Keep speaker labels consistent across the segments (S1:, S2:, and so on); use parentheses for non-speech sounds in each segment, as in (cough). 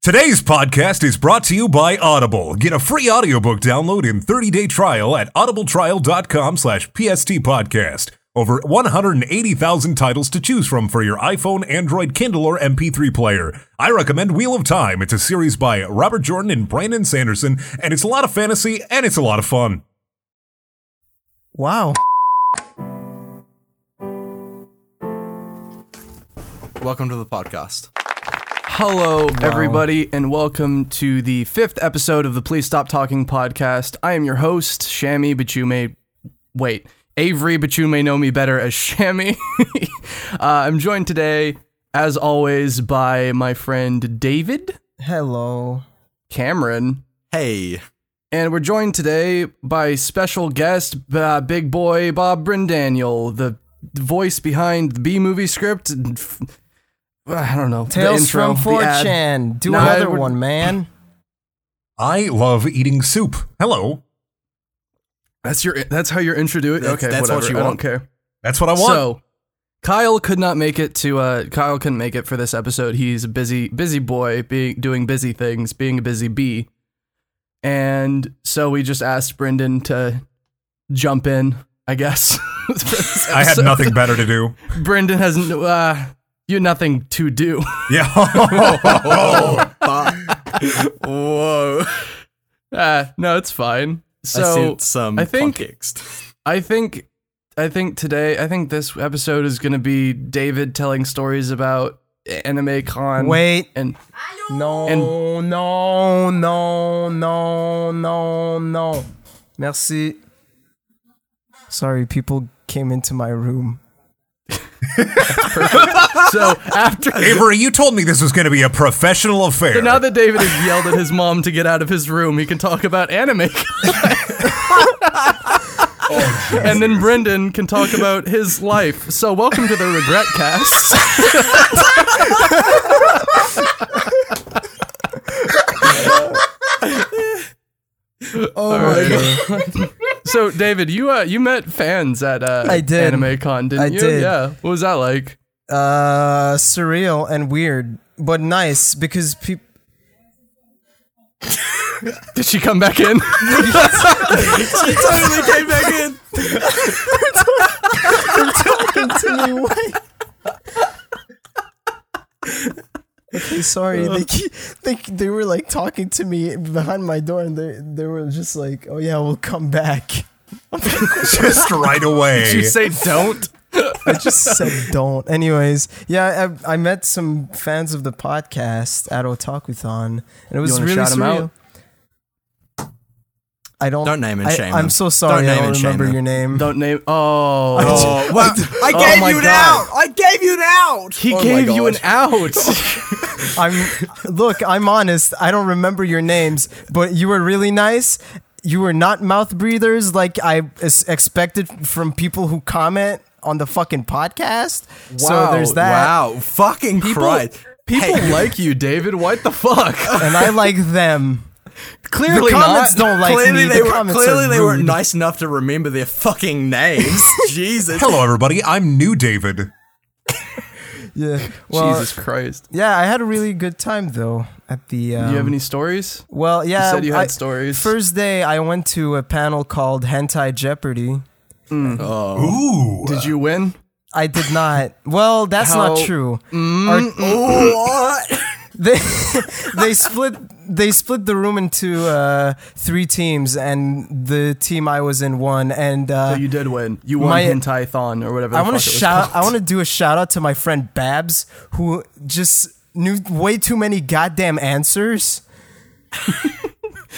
S1: Today's podcast is brought to you by Audible. Get a free audiobook download and 30-day trial at audibletrial.com slash pstpodcast. Over 180,000 titles to choose from for your iPhone, Android, Kindle, or MP3 player. I recommend Wheel of Time. It's a series by Robert Jordan and Brandon Sanderson, and it's a lot of fantasy and it's a lot of fun.
S2: Wow.
S3: Welcome to the podcast. Hello, everybody, and welcome to the fifth episode of the Please Stop Talking podcast. I am your host, Shammy, but you may wait, Avery, but you may know me better as Shammy. (laughs) uh, I'm joined today, as always, by my friend David
S2: Hello.
S3: Cameron,
S4: Hey,
S3: and we're joined today by special guest, uh, big boy Bob Brindaniel, the voice behind the B movie script. (sighs) and f- I don't know. the
S2: Tales
S3: intro,
S2: from
S3: the ad.
S2: 4chan. Do
S3: No, I
S2: another
S3: would-
S2: one, man.
S3: (laughs)
S1: I love eating soup. Hello.
S3: That's your. That's how you're introduced.
S4: That's-
S3: Okay,
S4: that's what
S3: whatever.
S4: you
S3: I don't
S4: want.
S3: care.
S1: That's what I want.
S3: So, Kyle could not make it to. Uh, Kyle couldn't make it for this episode. He's a busy, busy boy, being doing busy things, being a busy bee, and so we just asked Brendan to jump in. I guess. (laughs) for this
S1: I had
S3: episode.
S1: nothing better to do.
S3: Brendan has no, uh, you had nothing to do. (laughs)
S1: Yeah.
S4: whoa!
S3: Uh, no, it's fine. So
S4: I sent some
S3: I think-
S4: context.
S3: I think I think today I think this episode is gonna be David telling stories about anime con. (laughs)
S2: Wait.
S3: and
S2: No, no, no, no, no, no. Merci. Sorry, people came into my room.
S1: (laughs)
S3: so after
S1: (laughs) Avery, you told me this was going to be a professional affair.
S3: now that David has yelled at his mom to get out of his room, he can talk about anime. (laughs) Oh, and then Brendan can talk about his life. So welcome to the regret cast.
S2: Oh
S3: my So David, you uh, you met fans at uh,
S2: I did.
S3: Anime Con, didn't
S2: I
S3: you?
S2: did.
S3: Yeah. What was that like?
S2: Uh, surreal and weird, but nice because people.
S3: Did she come back
S4: (laughs)
S3: in?
S4: totally came back in.
S2: (laughs) Okay,
S3: (laughs)
S2: sorry. They, ke- they they were like talking to me behind my door, and they they were just like, "Oh yeah, we'll come back." (laughs)
S1: (laughs) just right away.
S3: Did you say don't?
S2: I just said don't. Anyways, yeah, I, I met some fans of the podcast at Otakuthon, and it was
S3: wanna
S2: really
S3: shout 'em
S2: surreal.
S3: out?
S2: I don't.
S4: Don't name and
S2: I,
S4: shame
S2: I'm
S4: them.
S2: so sorry.
S4: Don't name
S2: I don't
S4: and shame
S2: remember
S4: them.
S2: your name.
S3: Don't name. Oh.
S4: Oh, well, I
S3: Oh
S4: gave
S3: my
S4: you an
S3: God.
S4: out. I gave you an out.
S3: He
S4: Oh my
S3: gave you an
S4: God.
S3: out.
S4: (laughs)
S2: I'm. Look, I'm honest. I don't remember your names, but you were really nice. You were not mouth breathers like I is- expected from people who comment on the fucking podcast. so there's that.
S4: Wow, fucking Christ!
S3: People like you, David. What the
S4: (laughs)
S3: fuck?
S2: And I like them.
S3: (laughs) Clearly
S2: the comments don't like
S4: clearly
S2: me.
S4: they
S2: the
S4: were
S2: comments
S4: clearly
S2: are
S4: they weren't
S2: rude.
S4: nice enough to remember their fucking names.
S3: (laughs)
S4: Jesus.
S1: Hello, everybody. I'm new
S2: (laughs)
S1: David.
S2: Yeah. Well,
S3: Jesus Christ.
S2: Yeah, I had a really good time though at the. Um,
S3: Do you have any stories?
S2: Well, yeah.
S3: You said you had
S2: I-
S3: stories.
S2: First day, I went to a panel called Hentai Jeopardy.
S1: Ooh.
S3: Did you win?
S2: I did not. Well, that's
S3: How-
S2: not true. Our-
S4: What?
S2: (laughs) they they split they split the room into uh, three teams, and the team I was in won. And uh,
S3: Oh, you did win. You won
S2: my-
S3: Hentai Thon or whatever. The
S2: I want to
S3: fuck it was
S2: shout. I
S3: called.
S2: want to do a shout out to my friend Babs, who just knew way too many goddamn answers.
S3: you won't-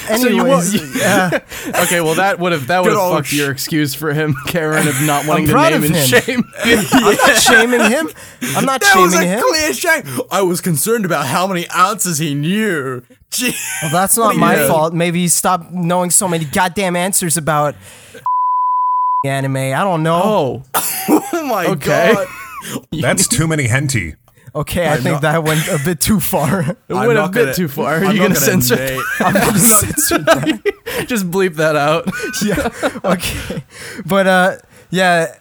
S2: Anyways,
S3: (laughs)
S2: yeah.
S3: Okay, well that would have that would have
S4: old
S3: fucked
S4: sh-
S3: your excuse for him, (laughs) Karen, of not wanting to
S2: proud
S3: name
S2: of
S3: and
S2: him.
S3: shame.
S2: (laughs) I'm not shaming him. I'm not
S4: That was
S2: shaming
S4: a
S2: him.
S4: clear shame. I was concerned about how many answers he knew. (laughs) Gee.
S2: Well, that's not my
S4: Yeah.
S2: fault. Maybe he stopped knowing so many goddamn answers about (laughs) anime. I don't know.
S3: (laughs) Oh,
S4: Oh my
S3: Okay.
S4: god.
S1: That's too many henty.
S2: Okay, I think
S4: not-
S2: that went a bit too far.
S3: Oh. (laughs) it
S4: I'm
S3: went a
S4: not
S3: bit
S4: gonna-
S3: too far. Are
S4: I'm
S3: you gonna,
S4: not
S3: censor?
S4: name-
S2: (laughs) I'm gonna
S3: (laughs)
S2: censor that.
S3: Just bleep that out.
S2: Yeah. Okay. But uh, yeah.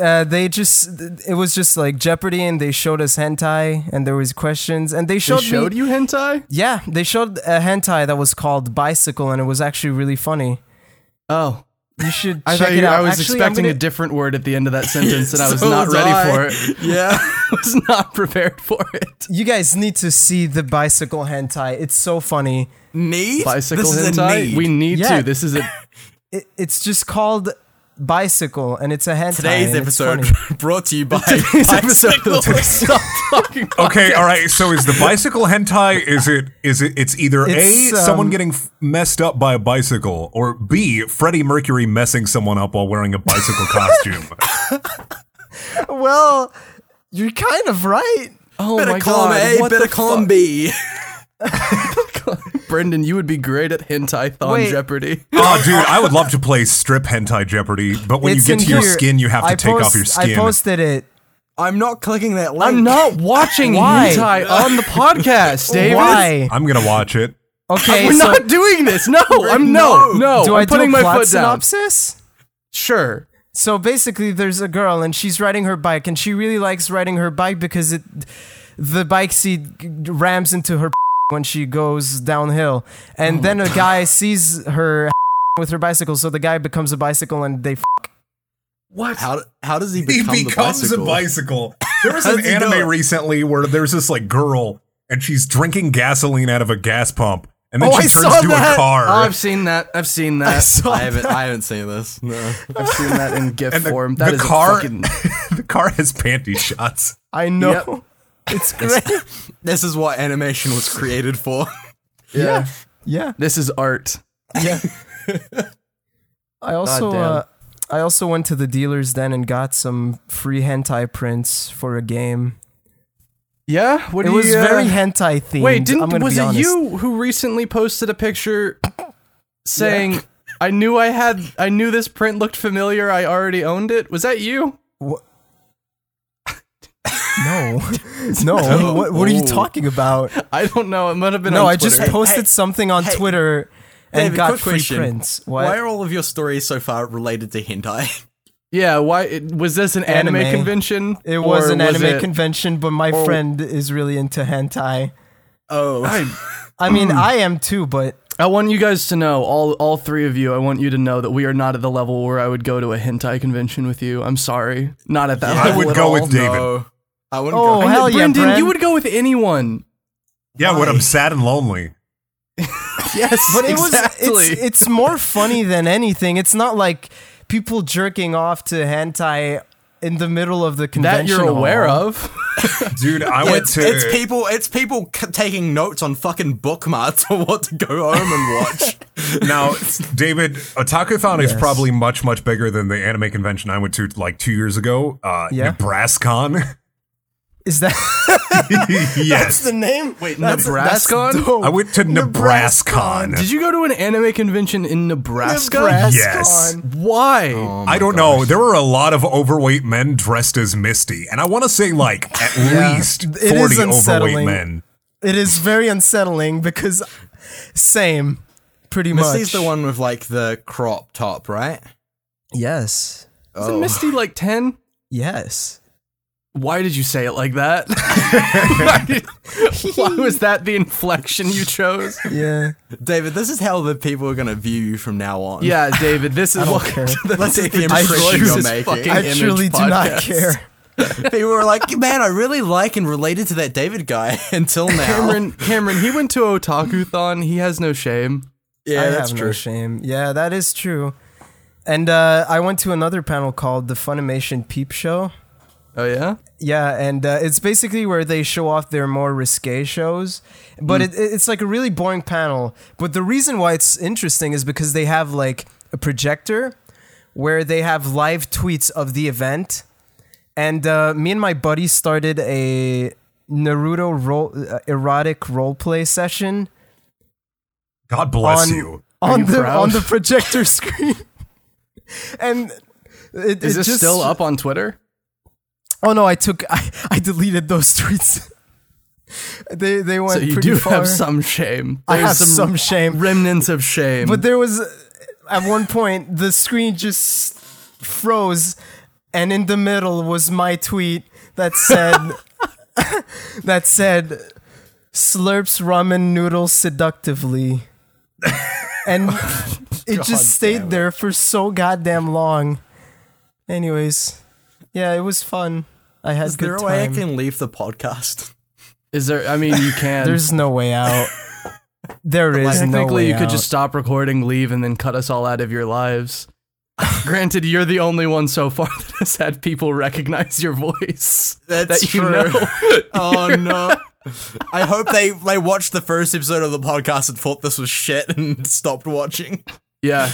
S2: uh, they just it was just like Jeopardy, and they showed us hentai, and there was questions, and they
S3: They
S2: showed,
S3: showed
S2: me,
S3: you hentai?
S2: Yeah, they showed a hentai that was called Bicycle, and it was actually really funny.
S3: Oh.
S2: You should
S3: (laughs) I
S2: check
S3: thought
S2: it
S3: you,
S2: out.
S3: I was
S2: Actually, I'm
S3: expecting a
S2: gonna-
S3: different word at the end of that sentence, (laughs) and I was
S4: So
S3: not
S4: was
S3: ready
S4: I.
S3: for it. (laughs)
S4: (laughs) Yeah.
S3: I was not prepared for it.
S2: You guys need to see the bicycle hentai. It's so funny.
S4: Need?
S3: Bicycle
S4: this Is a
S3: hentai?
S4: need.
S3: We need
S2: Yeah.
S3: to. This is a
S2: It, it's just called Bicycle, and it's a hentai.
S4: Today's
S2: and it's
S4: episode
S2: funny.
S4: (laughs) brought to you by
S3: (laughs) Today's episode of the
S4: (laughs) Bicycle.
S3: Please Stop Talking
S2: Oh,
S3: Podcast.
S1: Okay, all right. So is the bicycle hentai? Is it? Is it? It's either
S2: It's,
S1: a someone
S2: um,
S1: getting f- messed up by a bicycle, or b Freddie Mercury messing someone up while wearing a
S2: (laughs)
S1: bicycle costume.
S3: (laughs)
S2: Well, you're kind of right.
S3: Oh
S4: Better
S3: my
S4: column
S3: god.
S4: A,
S3: what
S4: better
S3: the
S4: column B.
S3: fuck? Brendan, you would be great at hentai thon
S2: Wait.
S3: Jeopardy.
S1: oh, dude, I would love to play strip hentai Jeopardy, but when
S2: It's
S1: you
S2: in
S1: get to your
S2: here.
S1: skin, you have to
S2: I
S1: take off
S2: post-
S1: your
S2: I
S1: skin.
S2: posted it.
S4: I'm not clicking that link.
S3: I'm not watching (laughs)
S2: Why?
S3: hentai on the (laughs) podcast,
S1: (laughs)
S3: David.
S2: Why?
S1: I'm gonna watch it.
S2: Okay,
S3: We're
S2: so
S3: not doing this. (laughs) No, I'm no,
S4: No.
S3: no.
S2: do
S3: I'm
S2: I do
S3: putting
S2: a
S3: my
S2: plot
S3: foot down.
S2: synopsis?
S3: Sure.
S2: So basically, there's a girl and she's riding her bike, and she really likes riding her bike because it, the bike seat rams into her (laughs) when she goes downhill,
S1: Oh
S2: and then a guy sees her (laughs) with her bicycle, so the guy becomes a bicycle and they. (laughs)
S3: What?
S4: How, how does he become the bicycle?
S1: bicycle. There was
S4: How
S1: an
S4: does he do it?
S1: anime recently where there's this like girl and she's drinking gasoline out of a gas pump, and then
S2: Oh,
S1: she
S2: I
S1: turns
S2: saw
S1: into a
S2: that.
S1: car. (laughs)
S3: Oh, I've seen that. I've seen that.
S4: I haven't. I haven't seen this. No.
S3: I've seen that in GIF
S1: and the,
S3: form.
S1: the
S3: That is a
S1: car,
S3: fucking-
S1: (laughs) the car has panty shots.
S2: I know. It's great.
S4: This is what animation was
S3: (laughs)
S4: created for.
S3: (laughs) yeah.
S2: yeah.
S3: This is art.
S2: I also
S3: damn.
S2: uh, I also went to the dealers then and got some free hentai prints for a game.
S3: Yeah. What
S2: It
S3: do
S2: was
S3: you, uh,
S2: very hentai themed.
S3: Wait,
S2: I'm
S3: didn't
S2: gonna
S3: was
S2: be
S3: it
S2: honest.
S3: you who recently posted a
S2: (coughs)
S3: picture saying I knew I had I knew this print looked familiar. I already owned it. Was that you? (laughs)
S2: No, no. What, what are you
S4: Oh.
S3: (laughs)
S2: talking about?
S3: I don't know. It might have been
S2: No,
S3: on
S2: I just
S3: Twitter.
S2: posted something on
S4: hey,
S2: Twitter and
S4: David,
S2: got
S4: quick
S2: free
S4: question.
S2: prints. What?
S4: Why are all of your stories so far related to hentai?
S3: Yeah, why it- was this an anime,
S2: Anime.
S3: convention?
S2: it was
S3: or
S2: an anime
S3: it-
S2: convention, but my friend is really into hentai.
S4: (laughs) Oh,
S3: I,
S2: I mean,
S3: Hmm.
S2: I am too, but
S3: I want you guys to know, all all three of you, I want you to know that we are not at the level where I would go to a hentai convention with you. I'm sorry, not at that.
S1: I
S3: level
S1: would
S3: at
S1: go
S3: all.
S1: with David.
S4: no. I wouldn't
S2: Oh,
S3: I
S4: go.
S3: know,
S2: hell yeah,
S3: Brendan, you
S2: Bren.
S3: would go with anyone.
S1: Yeah, when
S4: Why?
S1: I'm sad and lonely.
S3: Yes,
S2: But it
S3: exactly.
S2: was it's, it's more funny than anything. It's not like people jerking off to hentai in the middle of the
S3: that
S2: convention.
S3: you're aware
S2: hall.
S3: of.
S1: Dude, I went
S4: It's,
S1: to
S4: it's people. It's people c- taking notes on fucking bookmarks (laughs) on what to go home and
S3: (laughs)
S4: watch.
S1: (laughs) now, David. Otakuthon is probably much much bigger than the anime convention I went to like two years ago. Uh,
S2: Yeah.
S1: (laughs) Nebrascon.
S2: Is that (laughs)
S1: yes,
S2: the name? Wait, that's, that's
S3: Nebrascon?
S2: dope.
S1: I went to Nebrascon.
S3: Did you go to an anime convention in Nebraska?
S2: Nebraska.
S1: Yes.
S3: Why?
S4: Oh.
S2: Oh
S1: I don't know. There were a lot of overweight men dressed as Misty, and I want to say
S2: (laughs)
S1: like at least
S2: It is
S1: forty overweight
S2: unsettling.
S1: men.
S2: It is very unsettling because same, pretty
S4: Misty's
S2: much.
S4: the one with like the crop top, right?
S2: Yes,
S3: Isn't Misty like ten?
S2: yes.
S3: Why did you say it like that? Why was that the inflection you chose?
S2: Yeah,
S4: David, this is how the people are gonna view you from now on.
S3: Yeah, David, this is what (laughs)
S2: care.
S4: (laughs) Let's see the
S2: I
S4: impression
S2: choose
S4: you're
S3: this
S4: making.
S3: fucking-
S2: (laughs) I
S3: Image
S2: truly do
S3: podcast.
S2: not care.
S4: People were like, man, I really like and related to that David guy (laughs) until now.
S3: Cameron Cameron, he went to Otakuthon, he has no shame.
S4: yeah,
S2: I
S4: that's
S2: have
S4: true.
S2: no shame. Yeah, that is true. And uh, I went to another panel called the Funimation Peep Show.
S3: Oh yeah?
S2: Yeah, and uh, it's basically where they show off their more risque shows, but
S3: Hmm.
S2: it, it's like a really boring panel. But the reason why it's interesting is because they have like a projector where they have live tweets of the event, and uh, me and my buddy started a Naruto role, uh, erotic roleplay session
S1: God bless
S2: On-
S1: you.
S2: on
S3: you
S2: the
S3: proud?
S2: on the projector (laughs) screen, and. It,
S3: Is
S2: it
S3: this
S2: just-
S3: still up on Twitter?
S2: Oh no, I took (laughs) I, I deleted those tweets. (laughs) they they
S3: So
S2: went
S3: you
S2: pretty
S3: do
S2: far.
S3: have some shame.
S2: I
S3: There's
S2: have some, shame.
S3: remnants of shame.
S2: But there was at one point the screen just froze and in the middle was my tweet that said (laughs) that said slurps ramen noodles seductively. And it just stayed there for so goddamn long. Anyways, yeah, it was fun. I had
S4: Is
S2: good
S4: there a
S2: time.
S4: way I can leave the podcast?
S2: (laughs)
S3: Is there? I mean, you can.
S2: There's no way out. There is no
S3: Technically,
S2: way
S3: you could
S2: out.
S3: just stop recording, leave, and then cut us all out of your lives. (laughs) Granted, you're the only one so far (laughs) that has had people recognize your voice.
S4: That's
S3: that you
S4: true. (laughs)
S3: know.
S2: (laughs)
S4: Oh no. I hope they, they watched the first episode of the podcast and thought this was shit (laughs) and stopped watching.
S3: Yeah.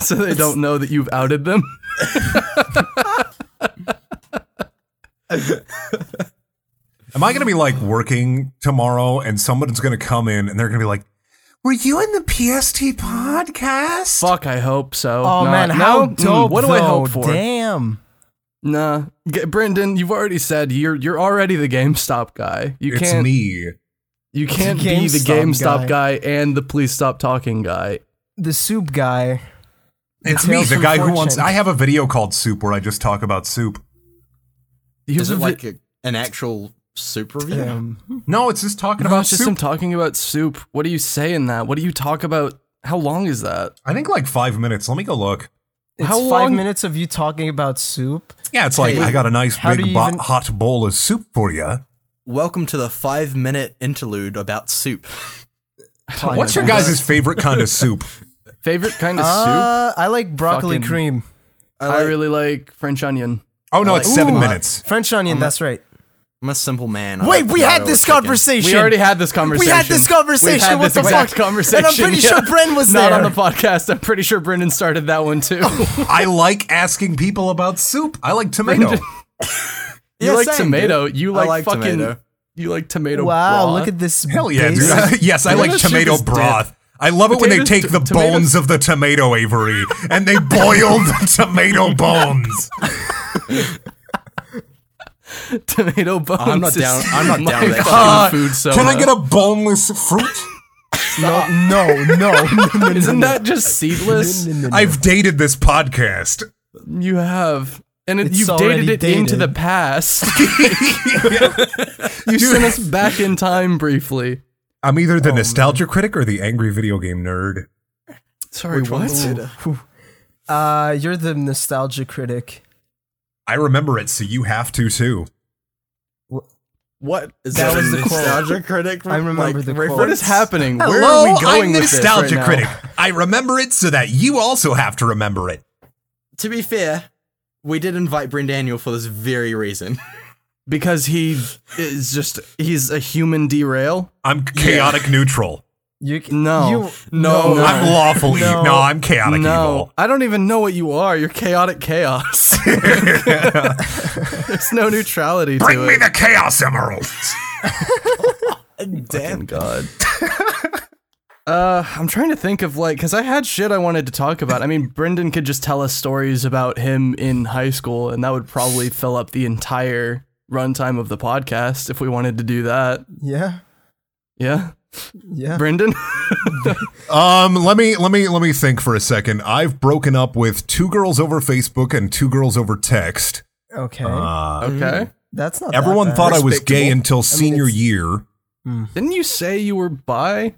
S3: So they don't know that you've outed them. (laughs)
S1: Am I going to be like working tomorrow and someone's going to come in and they're going to be like, were you in the PST podcast?
S3: Fuck, I hope so.
S2: Oh
S3: Nah,
S2: man,
S3: no?
S2: how
S3: Mm,
S2: dope!
S3: what do I hope
S2: though.
S3: for?
S2: Damn.
S3: Nah. G- Brendan, you've already said you're you're already the GameStop guy. You
S1: it's
S3: can't
S1: me.
S3: you can't
S2: The
S3: be the
S2: GameStop
S3: GameStop guy. and the please stop talking guy.
S2: The soup guy.
S1: It's
S2: Tales
S1: me, the
S2: from
S1: guy who wants.
S2: Fortune.
S1: I have a video called Soup where I just talk about soup.
S3: Here's
S4: Is it
S3: a vi-
S4: like a, an actual soup review?
S2: Damn.
S1: No, it's just talking
S3: No,
S1: about
S3: it's just
S1: soup.
S3: him talking about soup. What do you say in that? What do you talk about? How long is that?
S1: I think like five minutes. Let me go look.
S2: It's
S3: How
S2: five
S3: long-
S2: minutes of you talking about soup.
S1: Yeah, it's like
S4: Hey,
S1: I got a nice
S2: how do
S1: big
S2: you
S1: bo-
S2: even-
S1: hot bowl of soup for you.
S4: Welcome to the five minute interlude about soup.
S1: What's your guys' favorite kind of
S2: (laughs)
S1: soup?
S3: Favorite kind of soup?
S2: Uh, I like broccoli
S3: Fucking-
S2: cream.
S3: I really like French onion.
S1: Oh no, it's seven
S2: Ooh.
S1: minutes.
S2: French onion. that's right.
S4: I'm a simple man. I
S2: Wait,
S4: like
S2: we
S4: tomato
S2: had this
S4: chicken.
S2: conversation.
S3: We already had this
S2: We
S3: conversation.
S2: had this
S3: We've
S2: conversation.
S3: had
S2: what
S3: this
S2: the
S3: exact
S2: fuck?
S3: conversation.
S2: And I'm pretty
S3: yeah.
S2: sure Bren was
S3: Not
S2: there.
S3: on the (laughs) podcast. I'm pretty sure Brendan started that one too.
S1: I like asking people about soup. I like (laughs) tomato.
S3: (laughs) you
S4: Yeah,
S3: like
S4: same,
S3: tomato.
S4: dude.
S3: You
S4: I
S3: like,
S4: like
S3: fucking.
S4: tomato.
S3: You like tomato.
S2: wow,
S3: raw.
S2: look at this.
S1: Hell yeah, dude. (laughs)
S2: basic-
S1: yes, I like
S3: Tomato soup
S1: tomato
S3: is dip.
S1: broth. I love it when they
S3: Potatoes-
S1: take
S3: t-
S1: the
S3: tomatoes-
S1: bones of the tomato Avery and (laughs) they boil the tomato (laughs) bones.
S3: (laughs) tomato bones.
S4: I'm not
S3: is
S4: down-
S3: (laughs)
S4: I'm not
S3: my
S4: down with that
S3: fucking food. So
S1: Uh, Can I get a boneless fruit?
S2: No, no, no, no, no, no,
S3: (laughs) Isn't that just seedless?
S2: no, no, no.
S1: I've dated this podcast.
S3: you have. And it,
S2: It's
S3: you've
S2: already
S3: dated it into
S2: dated.
S3: the past. you sent us back in time briefly.
S1: I'm either the nostalgia critic or the angry video game nerd.
S3: Sorry, what?
S2: Uh, you're the nostalgia critic.
S1: I remember it, so you have to too.
S3: What?
S4: Is
S2: That
S4: that,
S2: was
S4: was
S2: the
S4: the
S2: quote.
S4: nostalgia critic?
S2: I remember
S4: like,
S2: the quote.
S4: reference?
S3: What is happening? Where
S1: Hello,
S3: are we going
S1: I'm the
S3: with this right
S1: nostalgia
S3: now?
S1: critic. I remember it so that you also have to remember it.
S4: To be fair, we did invite Bryn Daniel for this very (laughs) reason.
S3: Because he is just he's a human derail.
S1: I'm chaotic neutral.
S2: You c-
S3: No.
S2: you,
S3: No. No.
S1: I'm lawful evil. No, I'm chaotic
S3: (laughs) no, I don't even know what you are. You're chaotic chaos. (laughs)
S1: evil.
S3: There's no neutrality to
S1: Bring me
S3: it.
S1: the chaos emeralds.
S4: Damn.
S3: God. Uh, I'm trying to think of like, cause I had shit I wanted to talk about. I mean, Brendan could just tell us stories about him in high school, and that would probably fill up the entire runtime of the podcast if we wanted to do that.
S2: yeah,
S3: Yeah,
S2: yeah.
S1: (laughs)
S3: Brendan.
S1: Um, let me let me let me think for a second. I've broken up with two girls over Facebook and two girls over text.
S2: Okay,
S1: Uh,
S3: Okay.
S2: that's not. that
S1: everyone
S2: bad.
S1: thought I was gay
S4: Respectable.
S1: until senior
S2: it's-
S1: year.
S3: Didn't you say you were bi?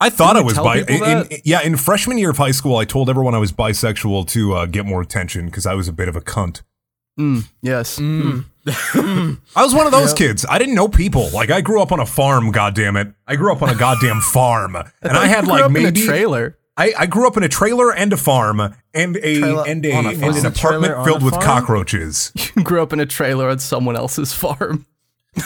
S1: I thought I
S3: Didn't you
S1: was
S3: tell
S1: bi.
S3: people
S1: in- in-
S3: that?
S1: yeah, in freshman year of high school, I told everyone I was bisexual to uh, get more attention because I was a bit of a cunt.
S3: Mm, yes.
S1: I was one of those kids. I didn't know people. Like I grew up on a farm. goddamn it! I grew up on a goddamn
S3: (laughs)
S1: farm, and I had
S3: Grew
S1: like
S3: up in a
S1: maybe
S3: trailer. (laughs)
S1: I, I grew up in a trailer and a farm and a
S2: Trailer
S1: and a,
S2: on a
S1: and
S2: farm.
S1: an
S2: Trailer
S1: apartment
S2: on
S1: filled
S2: a
S1: with
S2: farm? (laughs)
S1: cockroaches.
S3: grew up in a trailer on someone else's farm.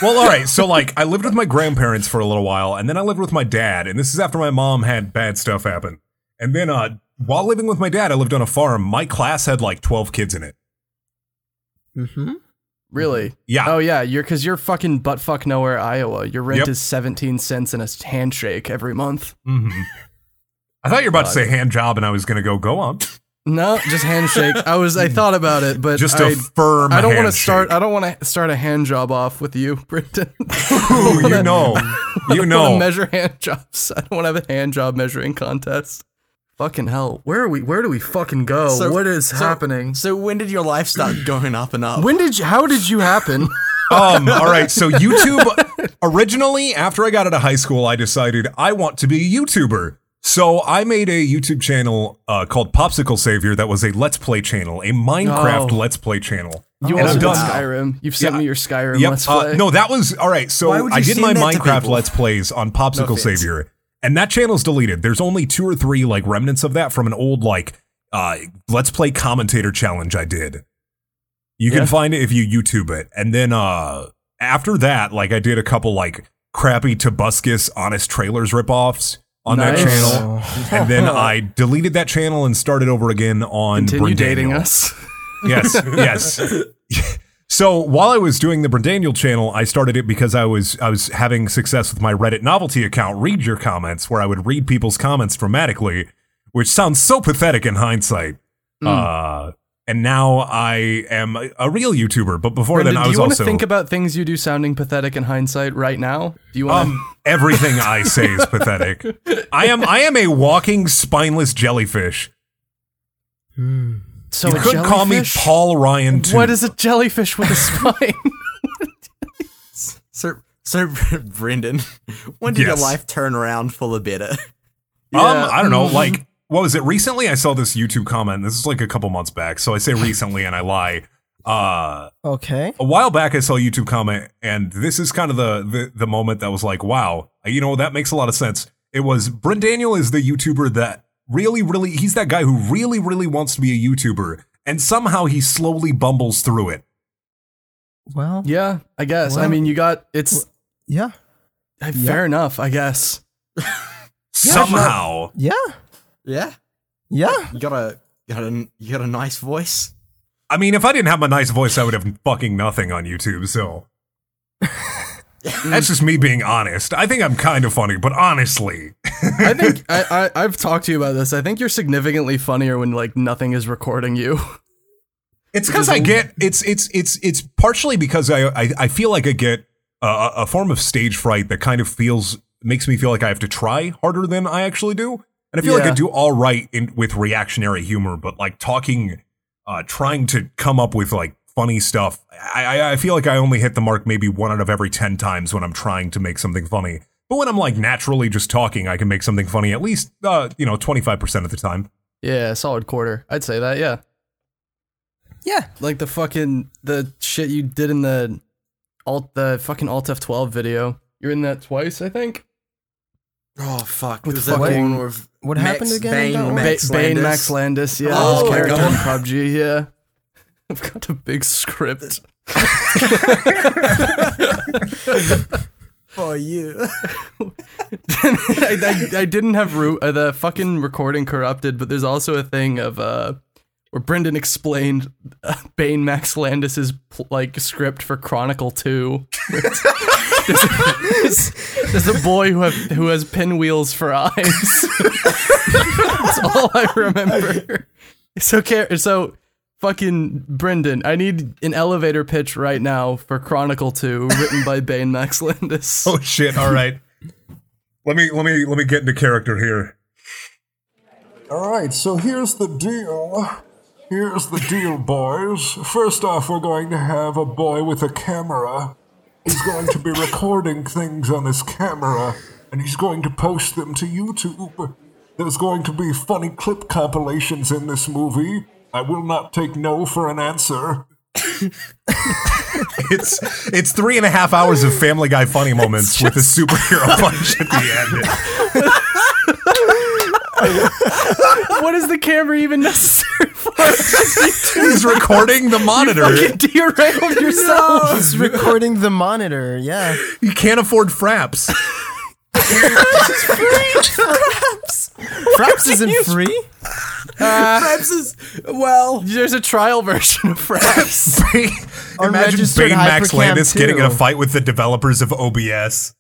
S1: well, all right. So like I lived with my grandparents for a little while, and then I lived with my dad, and this is after my mom had bad stuff happen. And then uh, while living with my dad, I lived on a farm. My class had like twelve kids in it.
S3: Really?
S1: Yeah.
S3: Oh yeah, you're because you're fucking butt fuck nowhere, Iowa. Your rent
S1: Yep.
S3: is seventeen cents and a handshake every month.
S1: I thought you were about to say hand job, and I was gonna go go on.
S3: No, just handshake. I was I thought about it, but
S1: Just
S3: I
S1: a firm.
S3: I don't want to
S1: handshake.
S3: start. I don't want to start a hand job off with you, (laughs) Brendan.
S1: Ooh,
S2: (laughs)
S1: you know, you
S3: I don't wanna
S1: know.
S3: measure hand jobs. I don't want to have a hand job measuring contest. Fucking hell. Where are we? Where do we fucking go?
S4: So-
S3: what is
S4: so-
S3: happening?
S4: So when did your
S3: (clears throat)
S4: life start going up and up?
S3: When did you, how did
S1: (laughs)
S3: you happen?
S1: Um, all right, so YouTube originally after I got out of high school, I decided I want to be a YouTuber. So I made a YouTube channel uh, called Popsicle Savior that was a Let's Play channel, a Minecraft
S3: Oh.
S1: Let's Play channel.
S3: you
S1: And
S3: also
S1: I've
S3: did
S1: done-
S3: Skyrim. You've sent
S1: Yeah.
S3: me your Skyrim
S1: Yep.
S3: let's
S1: uh,
S3: play.
S1: no, that was all right. So
S4: Why would you
S1: I did
S4: send
S1: my
S4: that to
S1: Minecraft
S4: people?
S1: Let's Plays on Popsicle
S4: offense.
S1: Savior, and that channel's deleted. There's only two or three like remnants of that from an old like uh, Let's Play commentator challenge I did. You
S3: Yeah.
S1: can find it if you YouTube it, and then uh, after that, like I did a couple like crappy Tobuscus honest trailers ripoffs on
S3: Nice.
S1: that channel,
S2: Oh.
S1: and then I deleted that channel and started over again on
S3: Continue
S1: Brindaniel.
S3: dating us. (laughs)
S1: Yes, yes. So while I was doing the Brindaniel channel, I started it because I was I was having success with my Reddit novelty account, Read Your Comments, where I would read people's comments dramatically, which sounds so pathetic in hindsight.
S3: Hmm.
S1: Uh, and now I am a, a real YouTuber, but before
S3: Brendan,
S1: then I
S3: do
S1: was
S3: you want
S1: also
S3: to think about things you do sounding pathetic in hindsight right now? Do you want
S1: um everything I say is pathetic.
S3: (laughs)
S1: I am I am a walking spineless jellyfish.
S3: to? So
S1: You
S3: a
S1: could call me
S3: jellyfish?
S1: Paul Ryan too.
S3: What is a jellyfish with a (laughs) spine?
S4: So, so (laughs) Brendan, when did your
S1: Yes.
S4: life turn around for the better?
S1: Um, I don't know. Like, what was it? Recently, I saw this YouTube comment. This is like a couple months back, so I say recently and I lie. Uh,
S2: Okay.
S1: a while back, I saw a YouTube comment, and this is kind of the the, the moment that was like, wow, you know, that makes a lot of sense. It was Brent Daniel is the YouTuber that really, really, he's that guy who really, really wants to be a YouTuber, and somehow he slowly bumbles through it.
S2: Well,
S3: yeah, I guess. I
S2: Well-
S3: mean, you got it's
S2: yeah.
S3: uh, fair enough, I (laughs) guess.
S1: somehow,
S2: Yeah.
S4: Yeah,
S1: (laughs)
S2: Yeah.
S4: you got a you got a you got a nice voice.
S1: I mean, if I didn't have my nice voice, I would have fucking nothing on YouTube. So that's just me being honest. I think I'm kind of funny, but honestly,
S3: I think I, I I've talked to you about this. I think you're significantly funnier when like nothing is recording you. (laughs)
S1: it's because I get it's it's it's it's partially because I I, I feel like I get a, a- a form of stage fright that kind of feels makes me feel like I have to try harder than I actually do, and I feel like
S3: Yeah.
S1: I do all right in with reactionary humor, but like talking, uh, trying to come up with like funny stuff. I, I I feel like I only hit the mark maybe one out of every ten times when I'm trying to make something funny. But when I'm like naturally just talking, I can make something funny at least uh, you know twenty five percent of the time.
S3: Yeah, solid quarter. I'd say that. Yeah,
S2: Yeah.
S3: like the fucking the shit you did in the alt the fucking alt F twelve video. You're in that twice, I think.
S4: Oh fuck!
S3: With
S4: Was that the
S3: fucking-
S4: one with
S2: What
S4: Max
S2: happened again in
S4: Bane,
S2: that one?
S3: Ba-
S4: Max
S3: Bane
S4: Landis?
S3: Max Landis. Yeah,
S4: Oh
S3: his
S4: my
S3: character
S4: God.
S3: in PUBG. Yeah, (laughs) I've got a big script.
S4: for Oh, you?
S3: I, I, I didn't have root, uh, the fucking recording corrupted, but there's also a thing of uh, where Brendan explained uh, Bane Max Landis's pl- like script for Chronicle Two. there's, there's a boy who have, who has pinwheels for eyes. That's all I remember. So care so fucking Brendan, I need an elevator pitch right now for Chronicle Two, written by Bane Max Landis.
S1: (laughs) Oh shit! All right, let me let me let me get into character here.
S5: All right, so here's the deal. Here's the deal, boys. First off, we're going to have a boy with a camera. He's going to be recording things on his camera, and he's going to post them to YouTube. There's going to be funny clip compilations in this movie. I will not take no for an answer.
S1: (laughs) It's it's three and a half hours of Family Guy funny moments with a (laughs) superhero punch at (laughs) the end.
S3: What is the camera even necessary for?
S1: He's recording the monitor.
S3: Fucking derailed yourself.
S2: He's recording the monitor. Yeah.
S1: You can't afford fraps. (laughs) (laughs)
S2: Fraps isn't free.
S4: Perhaps is well.
S3: There's a trial version of
S4: (laughs)
S3: Fraps.
S1: Imagine
S2: Unregistered
S1: Bane Max
S2: Hypercam
S1: Landis getting in a
S2: 2.
S1: fight with the developers of OBS.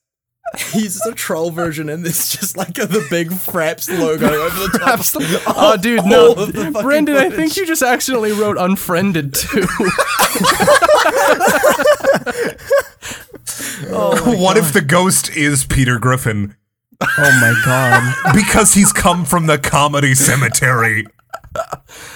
S4: He's the troll version, and there's just like the big Fraps logo over the
S3: (laughs)
S4: top.
S3: oh, dude, no.
S4: all of the fucking
S3: Brendan, I think
S4: footage.
S3: you just accidentally wrote unfriended too.
S4: (laughs)
S1: what if the ghost is Peter Griffin?
S2: Oh my god.
S1: because he's come from the comedy (laughs) cemetery.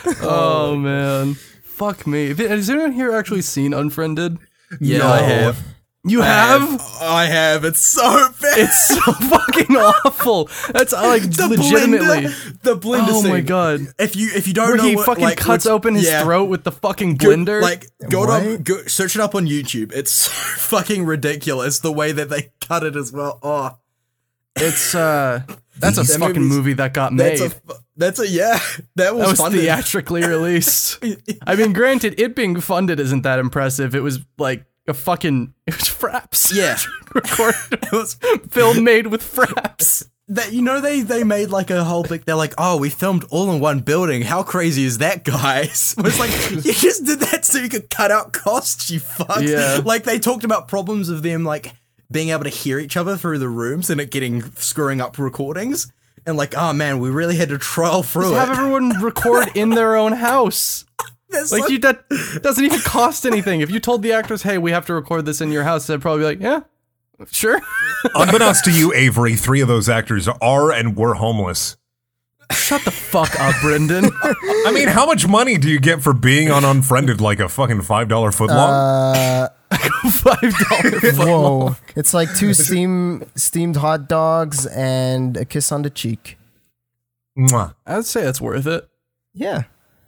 S3: (laughs) Oh man, fuck me. If it- Has anyone here actually seen Unfriended?
S4: Yeah,
S1: No.
S4: I have.
S3: You have?
S4: I have. It's so bad.
S3: It's so (laughs) fucking awful. That's uh, like
S4: the
S3: legitimately.
S4: blender. The blender.
S3: Oh my
S4: scene.
S3: god.
S4: If you if you don't
S3: Where
S4: know
S3: he
S4: what,
S3: fucking
S4: like,
S3: cuts
S4: what's-
S3: open his
S4: yeah.
S3: throat with the fucking
S4: Go-
S3: blender.
S4: Like go to
S2: What?
S4: go, search it up on YouTube. It's (laughs) so fucking ridiculous the way that they (laughs) cut it as well. Oh,
S3: it's
S4: (laughs)
S3: uh that's a
S4: These
S3: fucking
S4: movies-
S3: movie that got made.
S4: that's a fu- that's a yeah. That was,
S3: that was
S1: (laughs)
S4: funded. (laughs)
S3: theatrically released. I mean, granted, it being funded isn't that impressive. It was like a fucking it was fraps. (laughs)
S4: Yeah.
S3: Recorded
S4: It was
S3: film made with fraps.
S4: that you know they they made like a whole big. They're like, oh, we filmed all in one building. How crazy is that, guys? (laughs) It's like you just did that so you could cut out costs. You fuck.
S3: Yeah.
S4: Like they talked about problems of them like being able to hear each other through the rooms and it getting screwing up recordings. And like, oh man, we really had to trial through
S3: Have
S4: it.
S3: everyone record in their
S1: (laughs)
S3: own house.
S4: That's
S3: Like
S4: so
S3: you, that doesn't even cost anything. If you told the actors, "Hey, we have to record this in your house," they'd probably be like, "Yeah,
S1: (laughs)
S3: sure."
S1: Unbeknownst to you, Avery, three of those actors are and were homeless.
S3: Shut the fuck up, Brendan. (laughs)
S1: I mean, how much money do you get for being on Unfriended like a fucking $5 footlong? (laughs)
S2: Uh,
S3: Five dollars.
S2: whoa. It's like
S1: (laughs)
S2: two steam steamed hot dogs and a kiss on the cheek.
S1: Mwah.
S3: I'd say that's worth it.
S2: Yeah.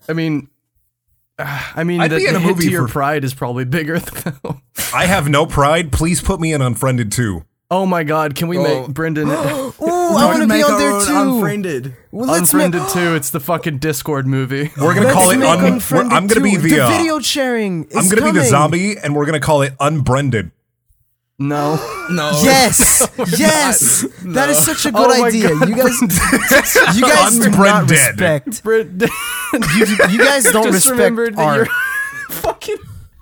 S3: I mean, (sighs) ah, I mean,
S1: I'd
S3: the,
S1: be in
S3: the
S1: a
S3: hit
S1: movie
S3: to your
S1: for-
S3: pride is probably bigger. (laughs) Than,
S1: I have no pride. Please put me in Unfriended too.
S3: oh my god, can we
S4: Oh.
S3: make
S1: (gasps)
S3: Brendan
S2: Ooh, I want to be
S4: make
S2: on
S4: our
S2: there
S4: own
S2: too.
S4: Unfriended.
S2: Well, let's make-
S3: Unfriended too? It's the fucking Discord movie.
S1: We're gonna
S2: Let's
S1: call it.
S2: make
S1: Un- we're-
S2: Unfriended
S1: I'm gonna be
S2: too.
S1: the. uh,
S2: video sharing.
S1: I'm
S2: is
S1: gonna be the
S2: coming.
S1: zombie, and we're gonna call it Unbrended.
S3: (laughs) No,
S4: No.
S2: Yes, yes, that is such a good
S3: Oh my
S2: idea.
S3: God, (laughs)
S2: You (laughs) guys, (laughs) you guys do
S1: Unbranded.
S2: not respect.
S3: Brendan.
S2: You,
S3: (laughs)
S2: you guys don't
S3: just
S2: respect
S3: remembered that
S2: art.
S3: you're (laughs) fucking.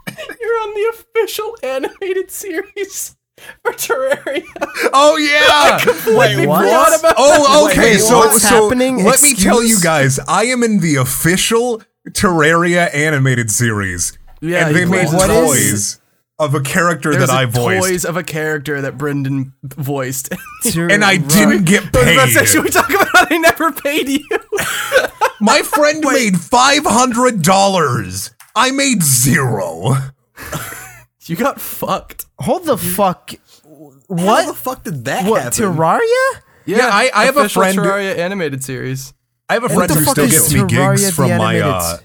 S3: You're on the official animated series for Terraria.
S1: Oh yeah.
S2: Wait, (laughs) what?
S1: oh okay.
S2: wait,
S1: so
S2: what's
S1: so
S2: happening?
S1: let me tell you
S2: Excuse?
S1: guys, I am in the official Terraria animated series,
S3: Yeah,
S1: and they
S3: you
S1: made
S3: voiced-
S2: What
S1: toys
S2: is-
S1: of a character
S3: There's
S1: that I
S3: a
S1: voiced,
S3: toys of a character that Brendan voiced. (laughs)
S1: and I
S2: (laughs)
S1: didn't get
S3: That's actually
S1: paid.
S3: we talk about how they never paid you.
S1: My friend made five hundred dollars. I made zero.
S3: You got fucked.
S2: Hold the fuck.
S4: What the
S2: What?
S4: fuck did that
S2: What?
S4: happen?
S2: Terraria?
S3: Yeah,
S1: I- I have a
S3: official
S1: friend-
S3: Terraria animated series.
S1: I have a friend
S2: the
S1: who
S2: fuck
S1: still
S2: is
S1: gets me
S2: Terraria
S1: gigs
S2: the
S1: from my.
S2: Animated?
S1: Uh,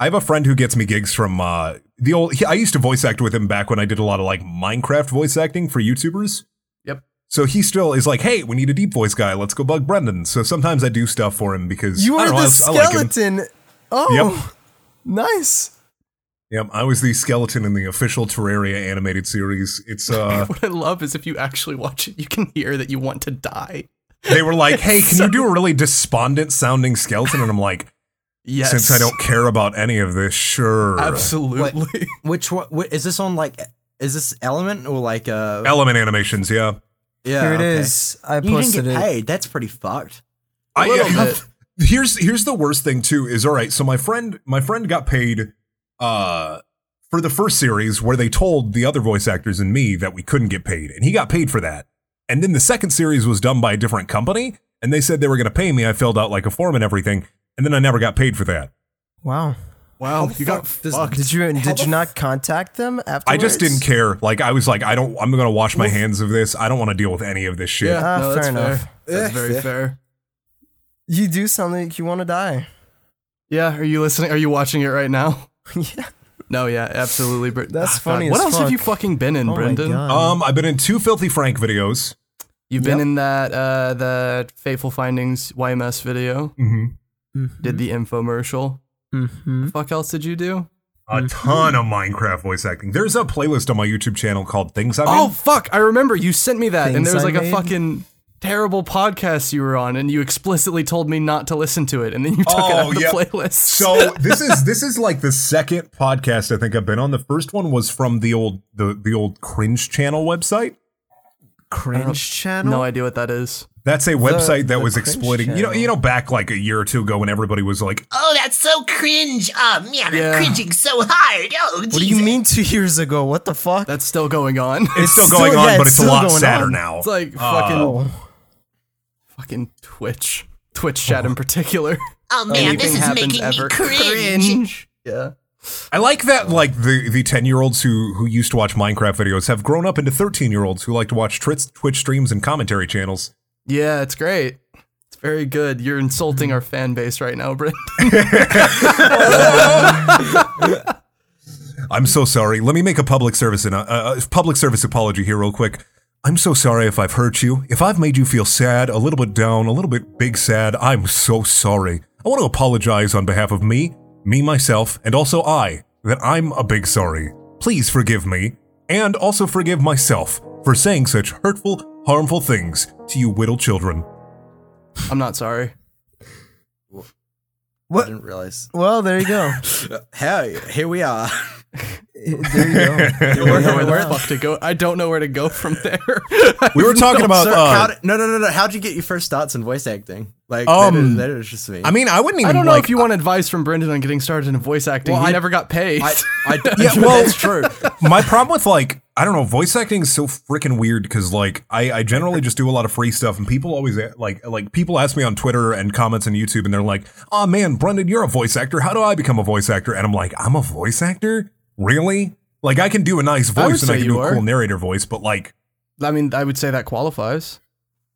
S1: I have a friend who gets me gigs from uh, the old. He, I used to voice act with him back when I did a lot of like Minecraft voice acting for YouTubers.
S3: Yep.
S1: So he still is like, "Hey, we need a deep voice guy. Let's go bug Brendan." So sometimes I do stuff for him because
S2: You
S1: I
S2: are
S1: don't know,
S2: the
S1: I, I like him.
S2: skeleton. oh, nice.
S1: Yep, I was the skeleton in the official Terraria animated series. It's uh,
S3: What I love is if you actually watch it, you can hear that you want to die.
S1: they were like, "Hey, can you do a really despondent sounding skeleton?" And I'm like,
S3: Yes.
S1: "Since I don't care about any of this, sure."
S3: Absolutely.
S4: Which one? Wh- is this on like? Is this Element or like? Uh,
S1: Element animations, yeah.
S4: yeah,
S2: Here it
S4: okay.
S2: is. I
S4: You didn't get
S2: posted it.
S4: paid. That's pretty fucked.
S1: I,
S3: little
S1: yeah,
S3: bit.
S1: Here's here's the worst thing too is all right. So my friend my friend got paid uh for the first series where they told the other voice actors and me that we couldn't get paid, and he got paid for that. And then the second series was done by a different company, and they said they were going to pay me. I filled out like a form and everything, and then I never got paid for that.
S2: Wow.
S3: Wow, you got
S4: fuck does-
S3: fucked.
S2: Did you did
S4: the
S2: you not contact them after?
S1: I just didn't care. Like I was like, I don't. I'm going to wash my hands of this. I don't want to deal with any of this shit.
S3: (laughs) Yeah,
S2: Ah,
S3: no, that's
S2: fair enough.
S3: fair. That's very fair.
S2: You do something like you want to die.
S3: Yeah, are you listening? Are you watching it right
S2: (laughs)
S3: now?
S2: yeah.
S3: No, yeah, absolutely. Br-
S2: That's
S3: Ah,
S2: funny
S3: God. What
S2: as
S3: else have
S2: fuck.
S3: you fucking been in,
S2: Oh
S3: Brendan?
S2: my god.
S1: Um, I've been in two filthy Frank videos.
S3: You've been
S2: Yep.
S3: in that uh the Fateful Findings YMS video.
S1: Mm-hmm.
S3: Did the infomercial.
S2: Mm-hmm.
S3: The fuck else did you do?
S1: a ton of Minecraft voice acting. There's a playlist on my YouTube channel called Things I Made.
S3: Oh fuck! I remember you sent me that, and
S2: Things
S3: there was
S2: I
S3: like a
S2: made?
S3: fucking terrible podcast you were on, and you explicitly told me not to listen to it, and then you took it out
S1: Oh,
S3: of the
S1: yeah.
S3: playlist.
S1: So this is this is like the second podcast I think I've been on. The first one was from the old the the old cringe channel website.
S2: Cringe channel.
S3: no idea what that is.
S1: That's a website that
S2: the
S1: was
S2: Cringe
S1: exploiting you know
S2: Channel.
S1: you know back like a year or two ago when everybody was like
S6: Oh, that's so cringe. Oh, man,
S3: Yeah.
S6: I'm cringing so hard. Oh,
S2: what do you mean two years ago? What the fuck?
S3: That's still going on. (laughs)
S1: it's, still
S2: still-
S1: going on,
S2: yeah,
S1: but
S2: it's
S1: it's a
S2: still
S1: lot
S2: going
S1: sadder
S2: on.
S1: now.
S3: It's like fucking. fucking Twitch, Twitch chat in
S6: (laughs)
S3: particular.
S6: Oh man,
S3: Anything
S6: this is
S3: happens
S6: making
S3: ever.
S6: me cringe.
S3: Cringe. Yeah.
S1: I like that like the the 10-year-olds who who used to watch Minecraft videos have grown up into 13-year-olds who like to watch Twitch Twitch streams and commentary channels.
S3: Yeah, it's great. It's very good. You're insulting
S1: Mm.
S3: our fan base right now, Brent.
S1: I'm so sorry. Let me make a public service and a, a public service apology here real quick. I'm so sorry if I've hurt you. If I've made you feel sad, a little bit down, a little bit big sad, I'm so sorry. I want to apologize on behalf of me, me myself, and also I that I'm a big sorry. Please forgive me and also forgive myself for saying such hurtful, harmful things to you little children.
S3: I'm not sorry.
S1: (laughs)
S4: I didn't realize.
S2: Well, there you go.
S4: How here we are. (laughs)
S2: There you go.
S3: I don't know where the fuck to go. I don't know where to go from there.
S1: (laughs)
S3: (laughs)
S1: We were talking about
S4: Sir,
S1: uh,
S4: how did, no, no, no, no. How'd you get your first starts in voice acting? Like that,
S1: Um,
S4: is, that is just me.
S1: I mean, I wouldn't even
S3: I don't know
S1: like
S3: if you want advice from Brendan on getting started in voice acting.
S4: Well,
S3: he
S4: I-
S3: never got paid.
S4: I, I,
S1: Yeah,
S4: yeah,
S1: well-
S4: well, (laughs) that's true.
S1: (laughs) my problem with like I don't know voice acting is so freaking weird because like I, I generally just do a lot of free stuff and people always a- like like people ask me on Twitter and comments on YouTube and they're like oh man Brendan you're a voice actor how do I become a voice actor and I'm like I'm a voice actor really like I can do a nice
S3: would
S1: voice and I
S3: say
S1: can
S3: you
S1: do a
S3: are.
S1: cool narrator voice but like
S3: (laughs) I mean, I would say that qualifies.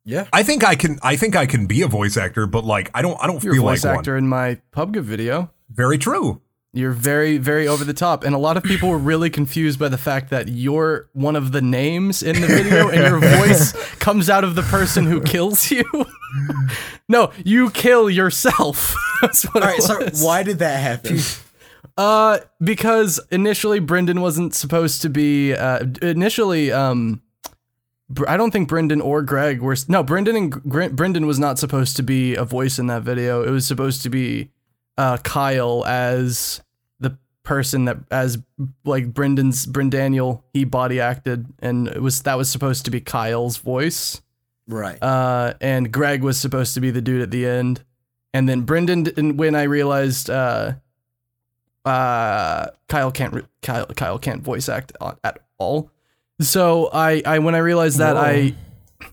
S4: Yeah.
S1: I think I can I think I can be a voice actor but like I don't I don't
S3: You're a
S1: feel
S3: voice
S1: like
S3: actor
S1: one
S3: in my PubGov video.
S1: very true
S3: You're very, very over the top. And a lot of people were really confused by the fact that you're one of the names in the video and
S4: (laughs)
S3: your voice comes out of the person who kills you. (laughs) no, you kill yourself. (laughs) That's what
S4: All
S3: it
S4: right. So
S3: was.
S4: why did that happen?
S3: Uh, because initially Brendan wasn't supposed to be. Uh, initially, um, Br- I don't think Brendan or Greg were. s- No, Brendan and Gr- Brendan was not supposed to be a voice in that video. It was supposed to be uh, Kyle as the person that as like Brendan's Brendaniel. He body acted, and it was that was supposed to be Kyle's voice
S4: right.
S3: uh, and Greg was supposed to be the dude at the end, and then Brendan. And when I realized, uh, uh, Kyle can't re- Kyle Kyle can't voice act on, at all. So I I when I realized that I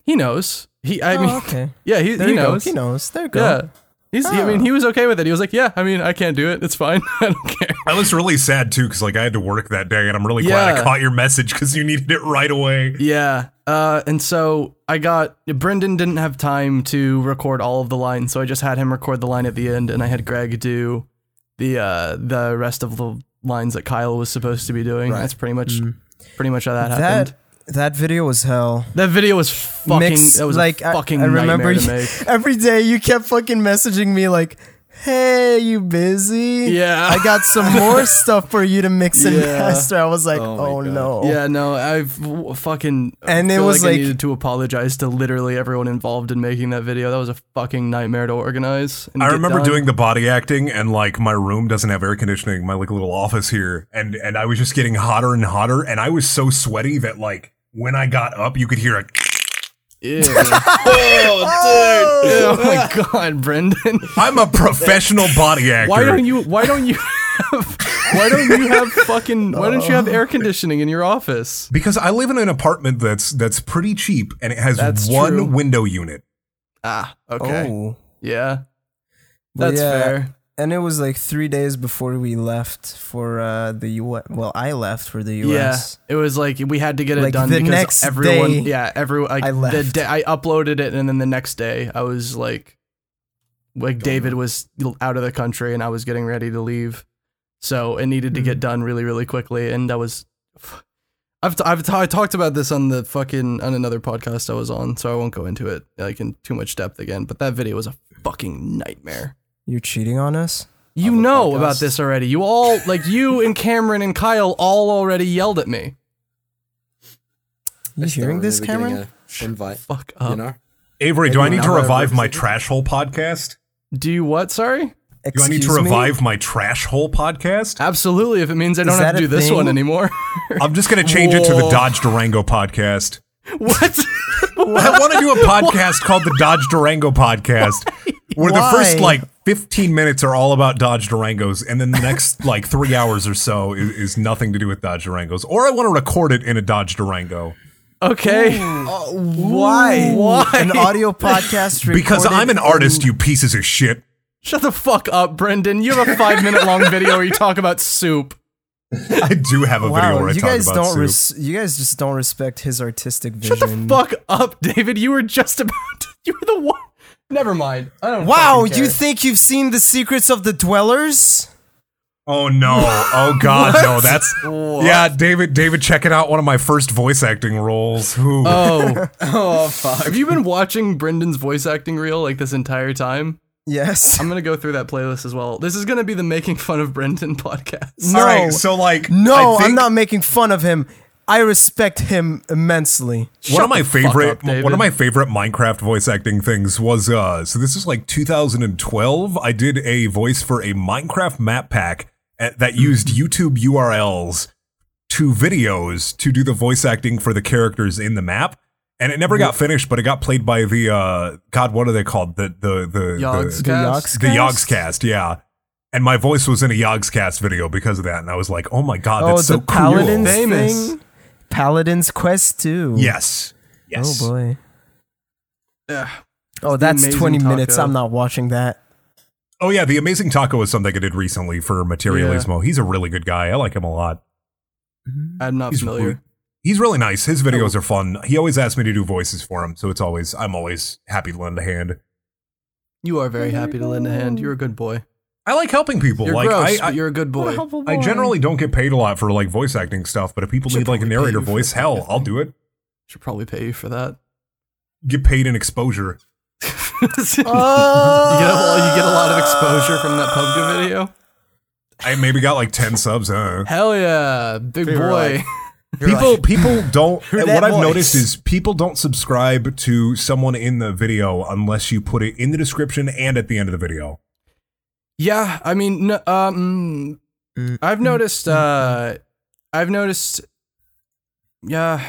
S3: he knows he I mean
S2: Oh, okay.
S3: (laughs) yeah he
S2: There
S3: he
S2: you go.
S3: knows
S2: He knows. Oh. There you go.
S3: yeah. He's, I mean, he was okay with it. He was like, "Yeah, I mean, I can't do it. It's fine. (laughs) I don't care."
S1: I was really sad too because like I had to work that day and I'm really glad I
S3: Yeah.
S1: caught your message because you needed it right away
S3: Yeah. Uh, and so I got Brendan didn't have time to record all of the lines, so I just had him record the line at the end, and I had Greg do the uh, the rest of the lines that Kyle was supposed to be doing.
S4: Right.
S3: That's pretty much pretty much how that, happened.
S2: Mm-hmm. That that video was hell.
S3: That video was fucking.
S2: Mix,
S3: that was
S2: like
S3: a fucking
S2: I, I
S3: nightmare
S2: remember
S3: to
S2: you-
S3: make.
S2: (laughs) every day you kept fucking messaging me like, "Hey, you busy?
S3: Yeah.
S2: I got some
S3: (laughs)
S2: more stuff for you to mix and
S3: Yeah.
S2: master." I was like,
S4: Oh my
S2: "Oh,
S4: God.
S2: no."
S3: Yeah, no, I've w- fucking.
S2: And it
S3: feel
S2: was
S3: I
S2: like-
S3: needed to apologize to literally everyone involved in making that video. That was a fucking nightmare to organize. and
S1: I
S3: get
S1: remember
S3: done.
S1: doing the body acting, and like my room doesn't have air conditioning, my like little office here, and and I was just getting hotter and hotter, and I was so sweaty that like when I got up, you could hear a (laughs)
S2: (laughs)
S3: Yeah.
S4: oh, dude.
S3: oh my god, Brendan.
S1: I'm a
S3: (laughs)
S1: professional body actor.
S3: Why don't you? Why don't you? Have, why don't you have fucking? Why don't you
S2: (laughs)
S3: have air conditioning in your office?
S1: Because I live in an apartment that's that's pretty cheap, and it has
S3: That's
S1: one
S3: true.
S1: window unit.
S3: Ah, okay,
S2: Oh.
S3: yeah,
S2: But
S3: that's
S2: yeah,
S3: fair.
S2: And it was like three days before we left for uh, the U.S. Well, I left for the
S3: Yeah,
S2: U.S.
S3: it was like we had to get it
S2: Like,
S3: done
S2: the
S3: because
S2: next
S3: everyone.
S2: day,
S3: yeah, everyone. Like,
S2: I
S3: The
S2: left.
S3: day, I uploaded it, and then the next day, I was like, like David was out of the country, and I was getting ready to leave, so it needed to
S2: Mm-hmm.
S3: get done really, really quickly, and that was. I've, t- I've t- I talked about this on the fucking on another podcast I was on, so I won't go into it like in too much depth again. But that video was a fucking nightmare.
S2: You're cheating on us.
S3: You know about this already. You all like you and Cameron and Kyle all already yelled at me.
S2: You hearing this, Cameron?
S4: Invite.
S3: Fuck up.
S4: You know.
S1: Avery, do I need to
S4: Everyone-
S1: revive my trash hole podcast?
S3: Do you what? Sorry.
S1: Do I need to
S2: Excuse me?
S1: revive my trash hole podcast?
S3: Absolutely. If it means I don't
S2: Is
S3: have to
S2: that
S3: do
S2: a
S3: this one
S2: thing?
S3: anymore. (laughs)
S1: I'm just gonna change it to the
S3: Whoa.
S1: Dodge Durango podcast.
S3: what?
S1: I want to
S2: (laughs)
S1: do a podcast called the Dodge Durango Podcast, where
S2: Why?
S1: the first like 15 minutes are all about Dodge Durangos, and then the next like three hours or so is, is nothing to do with Dodge Durangos. Or I want to record it in a Dodge Durango.
S3: Okay.
S4: Why?
S3: Why?
S2: (laughs) An audio podcast
S1: (laughs) Because
S2: recorded
S1: I'm an
S2: in-
S1: artist, you pieces of shit.
S3: Shut the fuck up, Brendan. You have a five minute long video where you talk about soup.
S1: I do have a video
S2: Wow,
S1: where I
S2: you
S1: talk
S2: guys
S1: about
S2: don't
S1: soup.
S2: res- you guys just don't respect his artistic vision.
S3: Shut the fuck up, David. You were just about. To, you were the one. Never mind. I don't.
S2: Wow,
S3: fucking care.
S2: you think you've seen the secrets of the dwellers?
S1: Oh no!
S2: (laughs)
S1: Oh god, no! That's yeah, David. David checking out one of my first voice acting roles. Ooh.
S3: Oh. oh fuck. Have you been watching Brendan's voice acting reel like this entire time?
S2: (laughs) Yes.
S3: I'm gonna go through that playlist as well. This is gonna be the making fun of Brendan (laughs) podcast.
S2: no.
S1: All right, so like,
S2: no,
S1: I think
S2: I'm not making fun of him. I respect him immensely.
S1: One of my
S3: the fuck
S1: favorite,
S3: up, David.
S1: one of my favorite Minecraft voice acting things was uh. So this is like 2012. I did a voice for a Minecraft map pack uh, that used YouTube URLs to videos to do the voice acting for the characters in the map. And it never got finished, but it got played by the uh, God, what are they called? The the the
S3: Yogs
S1: the,
S3: cast.
S1: the Yogs cast, yeah. And my voice was in a Yogs cast video because of that, and I was like, "Oh my god,
S2: Oh,
S1: that's
S2: the
S1: so cool!"
S2: Paladins
S3: Famous.
S2: thing. Paladins Quest 2.
S1: Yes, yes.
S2: Oh boy.
S3: Ugh.
S2: Oh,
S3: the
S2: that's
S3: amazing
S2: 20 minutes.
S3: taco.
S2: I'm not watching that.
S1: Oh yeah, the Amazing Taco is something I did recently for Materialismo. He's a really good guy. I like him a lot.
S3: I'm not
S1: He's
S3: familiar.
S1: re- he's really nice. His
S3: Oh.
S1: videos are fun. He always asks me to do voices for him, so it's always I'm always happy to lend a hand.
S3: You are very happy to lend a hand. You're a good boy.
S1: I like helping people.
S3: You're
S1: like
S3: gross,
S1: I,
S3: but
S1: I,
S3: you're a good boy.
S1: I generally don't get paid a lot for like voice acting stuff, but if people
S3: Should
S1: need like a
S3: probably pay
S1: narrator
S3: you for
S1: voice,
S3: that
S1: hell,
S3: kind of
S1: I'll
S3: thing.
S1: do it.
S3: Should probably pay you for that. (laughs)
S1: Get paid in exposure.
S3: you, get a, you get a lot of exposure from that PUBG video.
S1: I maybe got like ten subs.
S3: (laughs)
S1: Huh?
S3: Hell yeah, big
S4: People are
S3: boy.
S4: like-
S1: people people don't
S4: that
S1: what i've
S4: voice?
S1: noticed is people don't subscribe to someone in the video unless you put it in the description and at the end of the video
S3: (laughs) yeah, I mean, n- um, I've noticed. Uh, I've noticed. Yeah,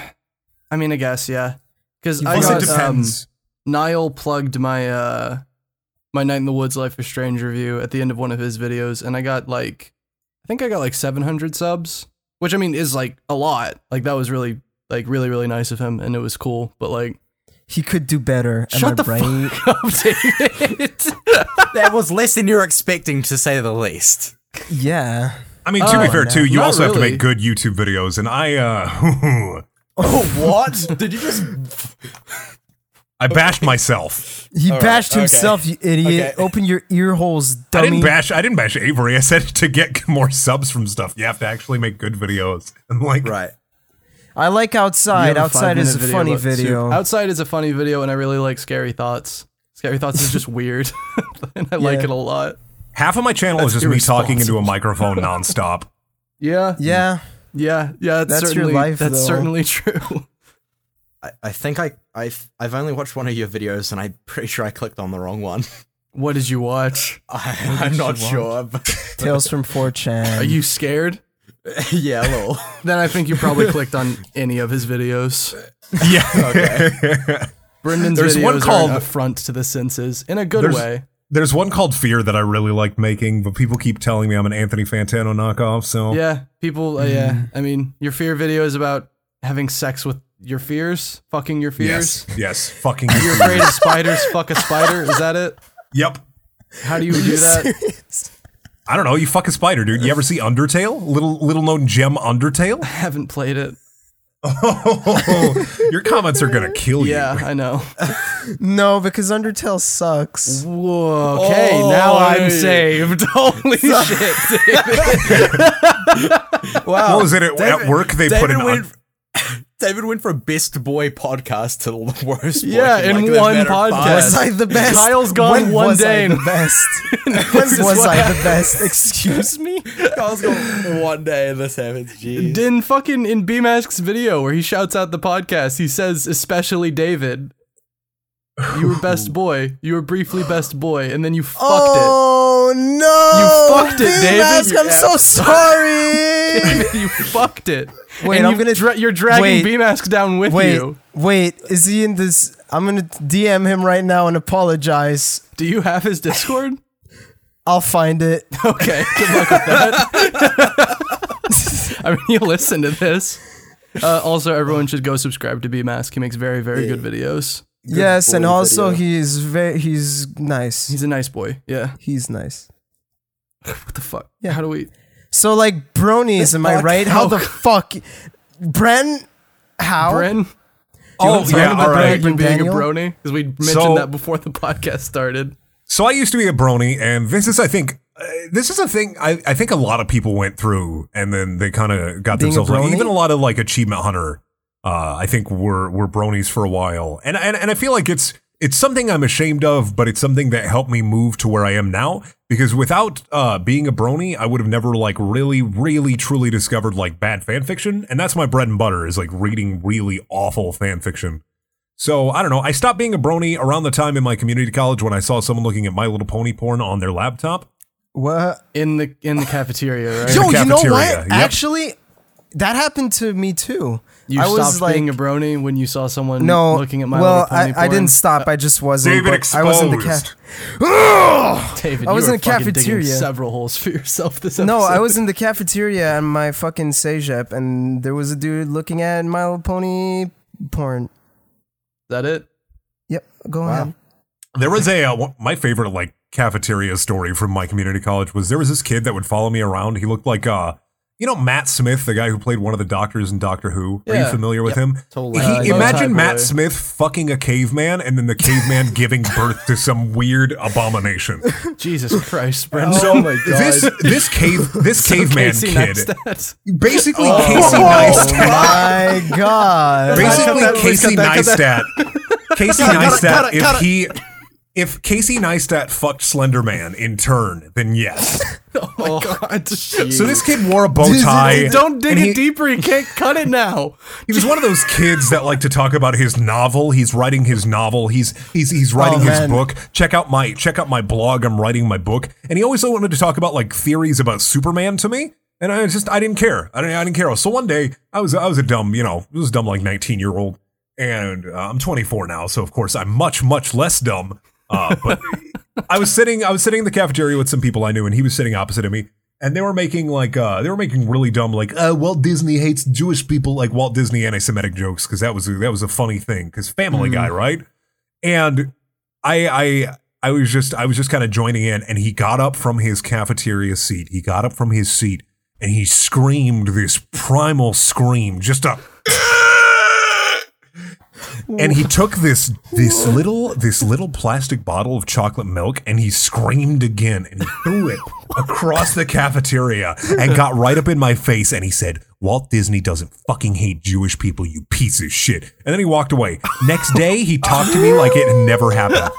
S3: I mean, I guess yeah, because I
S1: Plus,
S3: got
S1: it depends
S3: Um, Niall plugged my uh, my Night in the Woods Life is Strange review at the end of one of his videos, and I got like, I think I got like 700 subs, which I mean is like a lot. Like that was really like really really nice of him, and it was cool. But like, (laughs)
S2: He could do better. Am
S3: shut
S2: I
S3: the
S2: right?
S3: fuck up, David.
S4: that was less than you're expecting, to say the least.
S2: Yeah.
S1: um, i mean to be
S3: Oh,
S1: fair too you
S3: not
S1: also have to
S3: really.
S1: make good youtube videos and i uh (laughs)
S4: Oh, what? Did you just?
S1: i bashed myself
S2: He
S4: All
S2: bashed
S4: right, okay.
S2: himself, you idiot.
S4: Okay.
S2: Open your ear holes,
S1: i
S2: dummy.
S1: didn't bash i didn't bash avery i said to get (laughs) more subs from stuff you have to actually make good videos (laughs) and like
S4: Right.
S2: I like
S3: You
S2: outside.
S3: have a
S2: Outside is
S3: five-minute
S2: a
S3: video
S2: funny
S3: about soup.
S2: video.
S3: Outside is a funny video, and I really like Scary Thoughts. Scary Thoughts is
S2: (laughs)
S3: just weird, (laughs) and I like
S2: Yeah.
S3: it a lot.
S1: half of my channel is
S3: That's
S1: just me talking into
S3: irresponsible.
S1: a microphone nonstop
S3: Yeah,
S2: yeah.
S3: yeah, yeah. That's,
S2: That's your
S3: certainly
S2: life,
S3: that's
S2: though.
S3: certainly (laughs) true.
S4: I, I think I I've I've only watched one of your videos, and I'm pretty sure I clicked on the wrong one. (laughs)
S3: What did you watch?
S4: I, I'm not sure. But
S2: Tales from 4chan.
S3: Mm. Are you scared?
S4: (laughs) yeah, a
S3: (laughs)
S4: little.
S3: Then I think you probably clicked on any of his videos.
S1: (laughs) yeah
S3: Brendan's
S1: There's
S3: videos
S1: one called-
S3: are an affront to the senses in a good
S1: There's-
S3: way.
S1: There's one called Fear that I really liked making, but people keep telling me I'm an Anthony Fantano knockoff. So
S3: Yeah, people. Uh, yeah,
S1: Mm-hmm.
S3: I mean, your fear video is about having sex with your fears, fucking your fears.
S1: yes, yes, fucking
S3: You're afraid of spiders. Fuck a spider. Is that it?
S1: yep.
S3: How do you do that?
S1: (laughs) I don't know. You fuck a spider, dude. You ever see Undertale? Little little known gem Undertale.
S3: haven't played it.
S1: Oh, (laughs) your comments are gonna kill you.
S3: Yeah,
S1: (laughs)
S3: I know.
S2: no, because Undertale sucks.
S3: Whoa, okay, now I'm saved. (laughs) Holy shit.
S4: Wow.
S1: What was it at, at work? They put an un-
S4: went, (laughs) David went from best boy podcast to the (laughs) worst. boy
S3: Yeah,
S4: for, like,
S3: in
S4: the
S3: one
S4: matter of
S3: podcast.
S4: (laughs) five.
S2: Was I the best?
S3: Kyle's gone
S2: When
S3: one
S2: was
S3: day
S2: I
S3: and- (laughs)
S2: the (laughs) best? when was I the best? Excuse (laughs) me?
S4: Kyle's got one day and this happens. Jeez.
S3: In fucking in B Mask's video where he shouts out the podcast, he says, especially David. You were
S2: (laughs)
S3: best boy. You were briefly best boy, and then you fucked
S2: Oh, no.
S3: You fucked it,
S2: Big
S3: David,
S2: Mask,
S3: you (laughs)
S2: I'm so sorry.
S3: it. (laughs) you fucked it.
S2: Wait,
S3: and
S2: I'm
S3: you've
S2: gonna-
S3: dra- you're dragging
S2: wait.
S3: B Mask down with
S2: Wait,
S3: you.
S2: wait, is he in this? I'm gonna DM him right now and apologize.
S3: Do you have his Discord? (laughs)
S2: I'll find it.
S3: (laughs) Okay, good luck with that. I mean, you listen to this. Uh, also, everyone should go subscribe to B Mask. He makes very, very good videos.
S2: yes, and
S7: boy
S2: also
S7: video.
S2: he's very he's nice.
S3: He's a nice boy. Yeah.
S2: He's nice.
S3: What the fuck? Yeah. How do we?
S2: So like bronies, am I right? How the fuck, Bren? How?
S3: Bren?
S1: Oh, yeah, all right.
S3: Bren being
S2: Daniel?
S3: a brony? Because we mentioned
S1: So-
S3: that before the podcast started.
S1: So I used to be a brony, and this is, I think, uh, this is a thing I, I think a lot of people went through, and then they kind of got
S2: Being a
S1: themselves.
S2: brony?
S1: Even a lot of like achievement hunter, uh, I think were were bronies for a while, and and and I feel like it's it's something I'm ashamed of, but it's something that helped me move to where I am now. Because without uh, being a brony, I would have never like really, really, truly discovered like bad fan fiction, and that's my bread and butter is like reading really awful fan fiction. So I don't know. I stopped being a brony around the time in my community college when I saw someone looking at My Little Pony porn on their laptop.
S2: What?
S3: In the in the cafeteria, right?
S1: Yo,
S2: Yo, you know what?
S1: cafeteria, yep.
S2: Actually, that happened to me too.
S3: You
S2: I
S3: stopped
S2: was like,
S3: being a brony when you saw someone
S2: no,
S3: looking at my
S2: well,
S3: Little Pony
S2: I, I
S3: porn? Uh,
S2: didn't stop. I just wasn't.
S1: David
S2: but I was in the ca-
S1: exposed.
S3: (laughs) David,
S2: I
S3: you
S2: was
S3: were
S2: in a
S3: fucking digging
S2: cafeteria.
S3: Several holes for yourself this episode.
S2: No, I was in the cafeteria on my fucking Sejep, and there was a dude looking at My Little Pony porn.
S3: Is that it?
S2: Yep, go ahead.
S1: There was a uh, one- my favorite like cafeteria story from my community college was there was this kid that would follow me around. He looked like uh you know Matt Smith, the guy who played one of the doctors in Doctor Who. Are you
S3: Yeah.
S1: familiar with him?
S7: Totally.
S1: He-
S7: Uh,
S1: imagine
S3: Motai
S1: Matt
S3: boy.
S1: Smith fucking a caveman and then the
S3: (laughs)
S1: caveman giving birth to some weird abomination.
S3: Jesus
S2: (laughs)
S3: Christ, Brent.
S1: So this this cave
S3: (laughs)
S1: this caveman
S3: Casey
S1: kid
S2: (laughs)
S3: Neistat. Oh.
S1: basically
S3: (laughs)
S1: Casey Neistat.
S2: My Oh God.
S1: basically
S3: that, please
S1: Casey
S3: cut that, cut
S1: Neistat. Casey Neistat.
S4: cut it,
S1: if
S4: cut it.
S1: he, if Casey Neistat fucked Slender Man in turn, then yes.
S3: Oh, God.
S1: So this kid wore a bow tie.
S3: Don't dig
S1: and
S3: it
S1: he,
S3: deeper. You can't cut it now.
S1: He was one of those kids that like to talk about his novel. He's writing his novel. He's he's he's writing
S2: Oh,
S1: his
S2: man.
S1: book. Check out my check out my blog. I'm writing my book, and he always wanted to talk about like theories about Superman to me. And I just I didn't care. I didn't I didn't care. So one day I was I was a dumb you know I was a dumb like 19 year old, and uh, I'm 24 now. So of course I'm much much less dumb. Uh, but I was sitting I was sitting in the cafeteria with some people I knew, and he was sitting opposite of me. And they were making like uh, they were making really dumb like uh, Walt Disney hates Jewish people like Walt Disney anti-Semitic jokes because that was that was a funny thing because Family Guy right and I I I was just I was just kind of joining in and he got up from his cafeteria seat he got up from his seat and he screamed this primal scream just a and he took this this little this little plastic bottle of chocolate milk and he screamed again and he threw it across the cafeteria and got right up in my face and he said Walt Disney doesn't fucking hate Jewish people you piece of shit and then he walked away next day he talked to me like it had never happened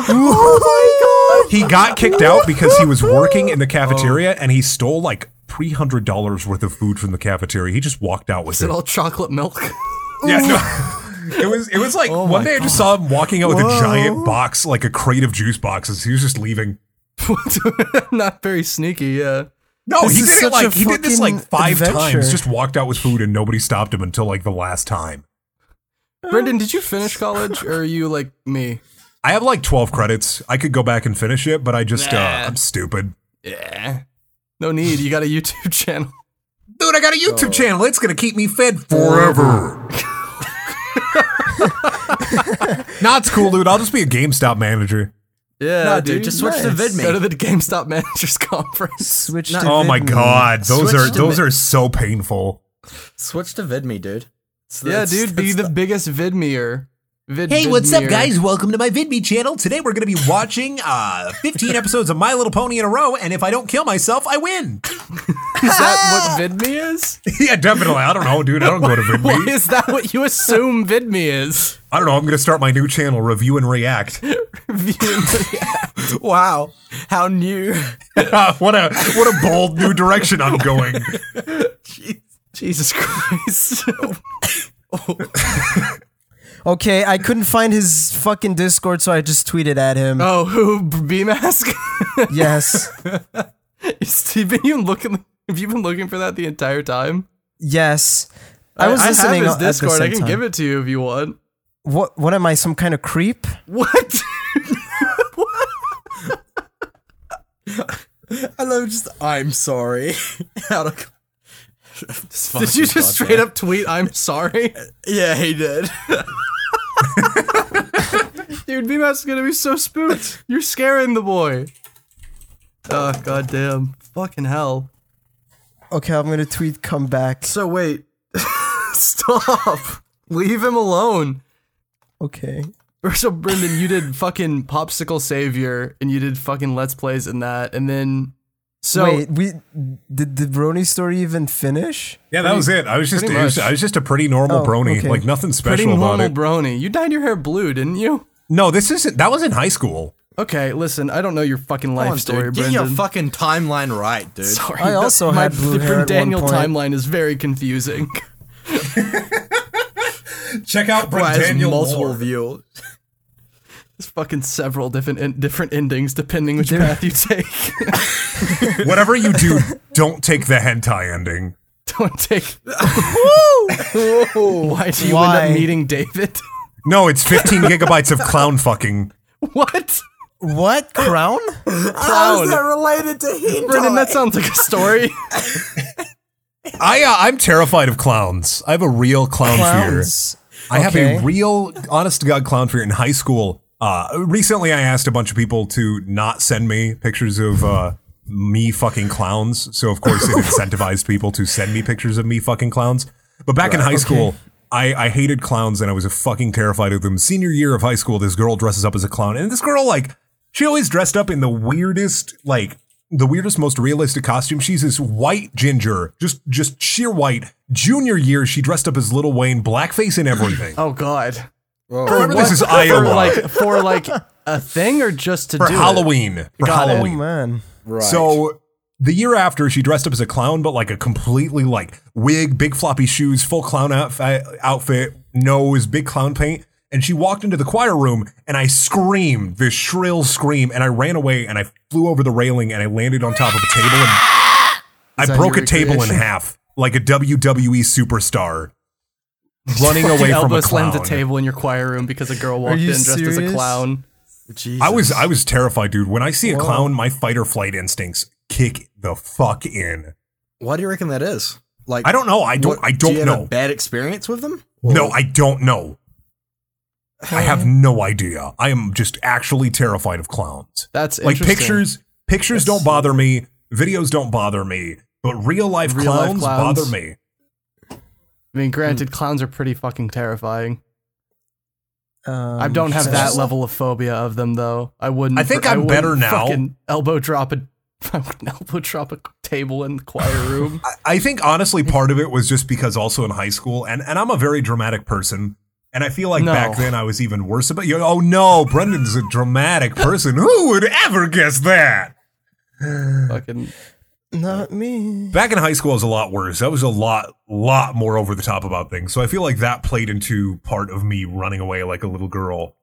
S2: Oh
S1: he got kicked out because he was working in the cafeteria and he stole like three hundred dollars worth of food from the cafeteria. He just walked out with
S3: Is it
S1: it.
S3: all chocolate milk?
S1: Yeah, no. It was it was like one day I just saw him walking out with a giant box, like a crate of juice boxes. He was just leaving.
S3: (laughs) Not very sneaky, yeah.
S1: No,
S2: This
S1: he
S2: is
S1: did it
S2: such
S1: like
S2: a
S1: he did this like
S2: fucking
S1: five
S2: adventure.
S1: times. Just walked out with food and nobody stopped him until like the last time.
S3: Brendan, did you finish college or are you like me?
S1: I have like twelve credits. I could go back and finish it, but I just uh,
S3: Nah.
S1: I'm stupid.
S3: Yeah. No need. You got a YouTube (laughs) channel.
S1: Dude, I got a YouTube channel. It's gonna keep me fed forever. nah, it's cool, dude. I'll just be a GameStop manager.
S3: Yeah,
S4: Nah, dude, just switch to
S2: nice.
S4: VidMe.
S3: Go to the GameStop Managers (laughs) Conference.
S2: Switch to
S1: Oh my
S2: Vidme.
S1: god, those
S4: Switch
S1: are
S4: to
S1: those
S4: ma-
S1: are so painful.
S4: Switch to VidMe, dude. It's the-
S3: Yeah,
S4: it's-
S3: dude, be
S4: it's
S3: the biggest Vidmeer. Vid-
S6: Hey, what's up,
S3: Vidmeer.
S6: guys?
S1: Welcome to my VidMe channel. Today we're going to be watching uh, 15 episodes of My Little Pony in a row, and if I don't kill myself, I win.
S3: Is that what VidMe is?
S1: (laughs) yeah, definitely. I don't know, dude. I don't go to (laughs)
S3: Why
S1: VidMe.
S3: is that what you assume VidMe is?
S1: I don't know. I'm going to start my new channel, Review and React. (laughs)
S4: Wow, how new.
S1: Uh, what a what a bold new direction I'm (laughs) going.
S3: (laughs) Jesus Christ. (laughs)
S2: Okay, I couldn't find his fucking Discord, so I just tweeted at him.
S3: oh, who? B Mask? (laughs)
S2: Yes.
S3: Steve, have you, looking, have you been looking for that the entire time?
S2: Yes. I was listening
S3: have
S2: at the
S3: his Discord. I
S2: same
S3: can
S2: time.
S3: give it to you if you want.
S2: What what am I some kind of creep?
S3: What?
S4: (laughs) I love just, I'm sorry. Out of fucking.
S3: Did you just straight up tweet, I'm sorry?
S4: Yeah, he did.
S3: (laughs) Dude, BMAP's gonna be so spooked. You're scaring the boy. Oh, goddamn. Fucking hell.
S2: Okay, I'm gonna tweet come back.
S3: So, wait. Stop. Leave him alone.
S2: Okay.
S3: So, Brendan, you did fucking Popsicle Savior and you did fucking Let's Plays and that. And then. So,
S2: Wait, we did the Brony story even finish?
S1: Yeah, that was it. I was just,
S3: pretty
S1: it was-
S3: much.
S1: I was just a pretty normal
S2: Oh,
S1: brony,
S2: okay.
S1: like nothing
S3: pretty
S1: special about
S3: normal
S1: it.
S3: brony. You dyed your hair blue, didn't you?
S1: no, this isn't. That was in high school.
S3: Okay, listen, I don't know your fucking life
S4: Come on,
S3: story,
S4: dude. Get
S3: Brendan.
S4: your fucking timeline right, dude.
S3: Sorry,
S2: I also
S3: my
S2: had blue
S3: flippin'
S2: hair at one
S3: Daniel
S2: point.
S3: timeline is very confusing. (laughs)
S1: Check out
S4: Why has
S1: Daniel (laughs)
S4: multiple
S1: Moore.
S4: view.
S3: There's fucking several different en- different endings depending which path you take. (laughs)
S1: Whatever you do, don't take the hentai ending.
S3: don't
S2: (laughs)
S3: take. Why do you end
S2: Why?
S3: up meeting David? (laughs)
S1: No, it's (laughs) 15 gigabytes of clown fucking.
S3: what? (laughs)
S2: What crown?
S4: How is that related to him?
S3: Brendan, that sounds like a
S2: (laughs)
S3: story.
S1: I uh, I'm terrified of clowns. I have a real clown fear.
S2: Clowns.
S1: I have
S2: Okay.
S1: a real honest to god clown fear in high school. Uh, recently, I asked a bunch of people to not send me pictures of uh, me fucking clowns. So of course, it incentivized people to send me pictures of me fucking clowns. But back in high school. I, I hated clowns and I was fucking terrified of them. Senior year of high school, this girl dresses up as a clown, and this girl like she always dressed up in the weirdest, like the weirdest, most realistic costume. She's this white ginger, just just sheer white. Junior year, she dressed up as Little Wayne, blackface and everything.
S3: oh God.
S1: Remember, this is
S3: For
S1: Iowa
S3: like for like a thing or just to
S1: for
S3: do it?
S1: Halloween. For
S3: Got it.
S2: Oh
S1: Halloween.
S2: man.
S4: Right.
S1: So the year after, she dressed up as a clown, but like a completely like wig, big floppy shoes, full clown outfit, outfit nose, big clown paint. And she walked into the choir room, and I screamed this shrill scream, and I ran away, and I flew over the railing, and I landed on top of a table, and I
S3: that
S1: broke
S3: your
S1: a table in
S3: recreation?
S1: half like a WWE superstar running
S3: Fucking
S1: away from
S3: elbow
S1: a
S3: slammed
S1: clown.
S3: a table in your choir room because a girl walked in
S2: you
S3: dressed as a
S2: serious?
S3: clown.
S4: Jesus.
S1: I was I was terrified, dude. When I see a clown, my fight or flight instincts kick the fuck in.
S4: Why do you reckon that is? Like,
S1: I don't know. I don't.
S4: what-
S1: I don't
S4: do you Have
S1: know.
S4: a bad experience with them?
S1: No, I don't know. I have no idea. I am just actually terrified of clowns.
S3: That's
S1: like
S3: interesting.
S1: pictures. Pictures don't bother me. Videos don't bother me. But real life
S3: Real life
S1: clowns,
S3: clowns.
S1: bother me.
S3: I mean, granted,
S2: Hmm.
S3: clowns are pretty fucking terrifying.
S2: Um,
S3: I don't have
S2: so-
S3: that level of phobia of them, though. I wouldn't.
S1: I think
S3: I
S1: I'm
S3: wouldn't
S1: better now.
S3: Fucking elbow drop a, (laughs) I would elbow drop a table in the choir
S1: (laughs)
S3: room.
S1: I- I think honestly, part of it was just because also in high school, and and I'm a very dramatic person, and I feel like
S3: No.
S1: back then I was even worse about you. Oh no, Brendan's a dramatic person. Who would ever guess that?
S3: fucking
S2: Not me.
S1: back in high school I was a lot worse. I was a lot, lot more over the top about things. So I feel like that played into part of me running away like a little girl.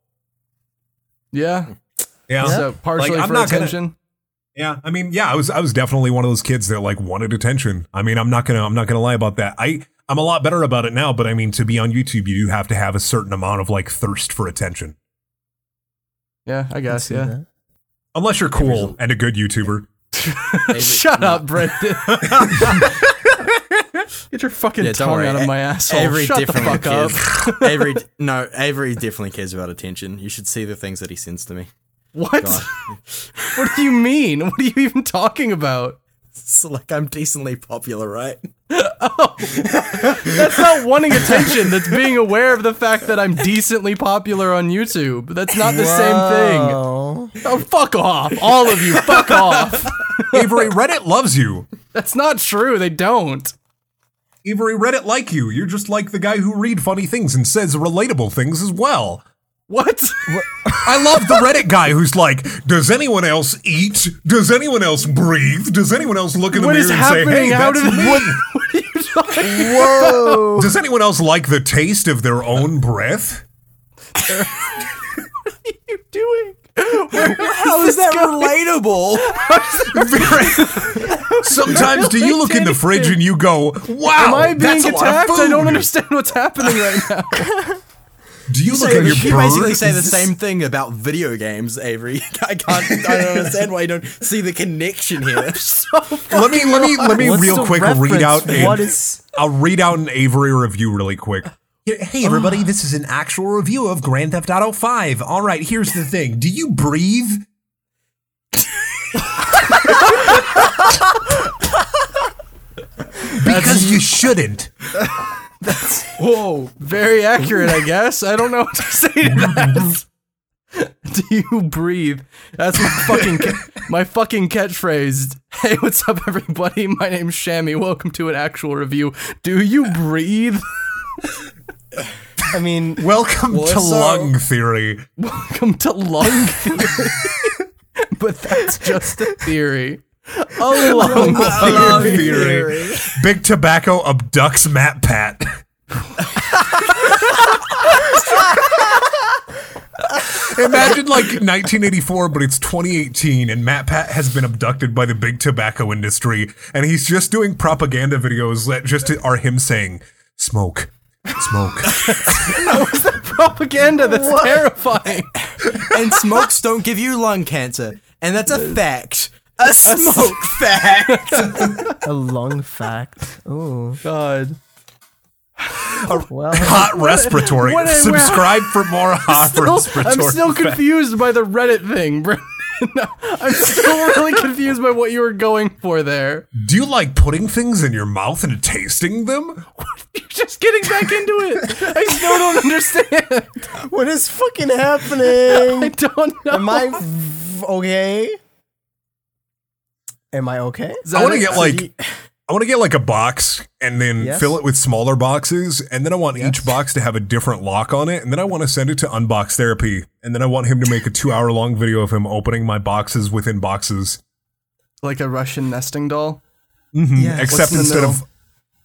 S3: yeah.
S1: Yeah.
S3: So partially
S1: Like, I'm
S3: for
S1: not gonna-
S3: attention.
S1: Yeah. I mean, yeah, I was I was definitely one of those kids that like wanted attention. I mean, I'm not gonna I'm not gonna lie about that. I I'm a lot better about it now, but I mean to be on YouTube you do have to have a certain amount of like thirst for attention.
S3: Yeah, I guess. Yeah.
S1: Unless you're cool and a good YouTuber.
S3: (laughs) Shut
S1: (laughs)
S3: up, Brendan. (laughs) Get your fucking
S4: Yeah, don't
S3: tongue
S4: worry. E-
S3: out of my
S4: A-
S3: asshole.
S4: Avery
S3: Shut the
S4: definitely
S3: fuck up.
S4: cares. Avery, no, Avery definitely cares about attention. You should see the things that he sends to me.
S3: (laughs)
S4: (laughs)
S3: What? (laughs)
S4: God.
S3: what do you mean? What are you even talking about?
S4: It's like I'm decently popular, right?
S3: That's not wanting attention. That's being aware of the fact that I'm decently popular on YouTube. That's not the same thing.
S2: Oh.
S3: Oh, fuck off. All of you, fuck off.
S1: Avery Reddit loves you.
S3: That's not true. They don't.
S1: Avery Reddit like you. You're just like the guy who read funny things and says relatable things as well.
S3: What?
S1: I love the Reddit guy who's like, "Does anyone else eat? Does anyone else breathe? Does anyone else look in the
S3: What
S1: mirror
S3: is
S1: and say,
S3: happening?
S1: "Hey,
S3: How
S1: that's
S3: did-
S1: me"?
S3: (laughs) what are you talking
S2: Whoa.
S1: Does anyone else like the taste of their own breath?
S3: you
S1: Oh,
S3: doing?
S4: How is that (laughs) relatable?
S1: Very- (laughs) Sometimes do you look in the fridge and you go, "Wow,
S3: Am I being
S1: that's a
S3: attacked?
S1: lot of food."
S3: I don't understand what's happening right now.
S1: Do you look
S4: So
S1: at
S4: you
S1: your
S4: basically
S1: bird?
S4: say the
S3: (laughs)
S4: same thing about video games, Avery. (laughs) I can't. I don't understand why you don't see the connection here. (laughs)
S1: Let me let me let me
S2: What's
S1: real
S2: the
S1: quick
S2: reference?
S1: read out a
S2: What is?
S1: I'll read out an Avery review really quick. Hey everybody, this is an actual review of Grand Theft Auto 5. All right, here's the thing. Do you
S3: (laughs)
S1: breathe? because you shouldn't.
S3: Whoa, Oh, very accurate, I guess. I don't know what to say to that. (laughs) Do you breathe? That's my fucking ca- my fucking catchphrase. Hey, what's up, everybody? My name's Shammy. Welcome to an actual review. Do you breathe? (laughs)
S2: I mean,
S1: Welcome to
S4: so-
S1: lung theory.
S3: Welcome to lung theory. (laughs) but that's just a theory.
S1: (laughs)
S3: A lung
S1: Lung
S3: theory.
S1: theory. Big Tobacco abducts Matt Pat. Imagine like 1984, but it's 2018, and Matt Pat has been abducted by the big tobacco industry, and he's just doing propaganda videos that just are him saying, "Smoke,
S3: (laughs)
S1: smoke."
S3: Propaganda that's terrifying.
S4: and smokes don't give you lung cancer. And that's a fact. A smoke fact.
S2: a lung fact. Oh,
S3: God.
S2: well,
S1: hot respiratory.
S3: what a-
S1: Subscribe for more hot (laughs) respiratory.
S3: I'm still
S1: facts.
S3: confused by the Reddit thing, (laughs) bro. I'm still really confused by what you were going for there.
S1: Do you like putting things in your mouth and tasting them?
S3: You're just getting back into it. I still don't understand.
S2: what is fucking
S3: I
S2: (laughs) happening?
S3: don't know.
S2: Am I v- okay? Am I okay?
S3: Is
S1: I
S3: that
S1: want to
S3: it?
S1: get like I want to get like a box and then
S2: Yes.
S1: fill it with smaller boxes and then I want each box to have a different lock on it and then I want to send it to Unbox Therapy and then I want him to make a 2-hour long video of him opening my boxes within boxes.
S3: like a Russian nesting doll.
S2: Yeah.
S1: Except
S3: What's in the
S1: instead of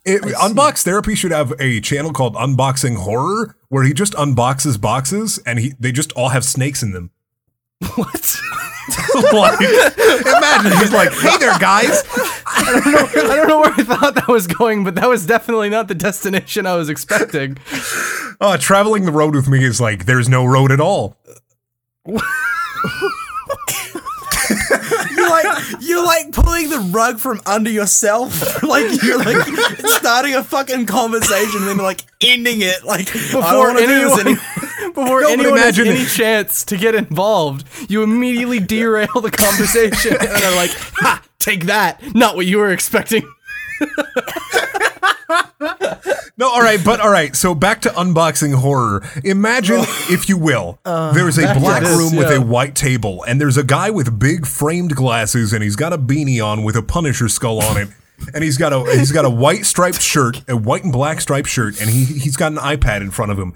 S3: middle?
S1: it, Unbox Therapy should have a channel called Unboxing Horror where he just unboxes boxes and he they just all have snakes in them.
S3: What?
S1: (laughs) like, imagine he's like, "Hey there guys,
S3: I don't know where I thought that was going, but that was definitely not the destination I was expecting.
S1: Uh, traveling the road with me is like there's no road at all.
S4: You're like you're like pulling the rug from under yourself. (laughs) like you're like starting a fucking conversation and then like ending it like before I
S3: Before
S4: don't wanna do this
S3: anyone,
S4: anymore.
S3: before
S1: No, but
S3: anyone has
S1: imagine-
S3: any chance to get involved, you immediately derail the conversation (laughs) and are like, "Ha, take that! Not what you were expecting."
S1: No, all right, but all right. So back to unboxing horror. Imagine, if you will, there's a black
S3: this,
S1: room with
S3: yeah.
S1: a white table, and there's a guy with big framed glasses, and he's got a beanie on with a Punisher skull on it, and he's got a he's got a white striped shirt, a white and black striped shirt, and he he's got an iPad in front of him.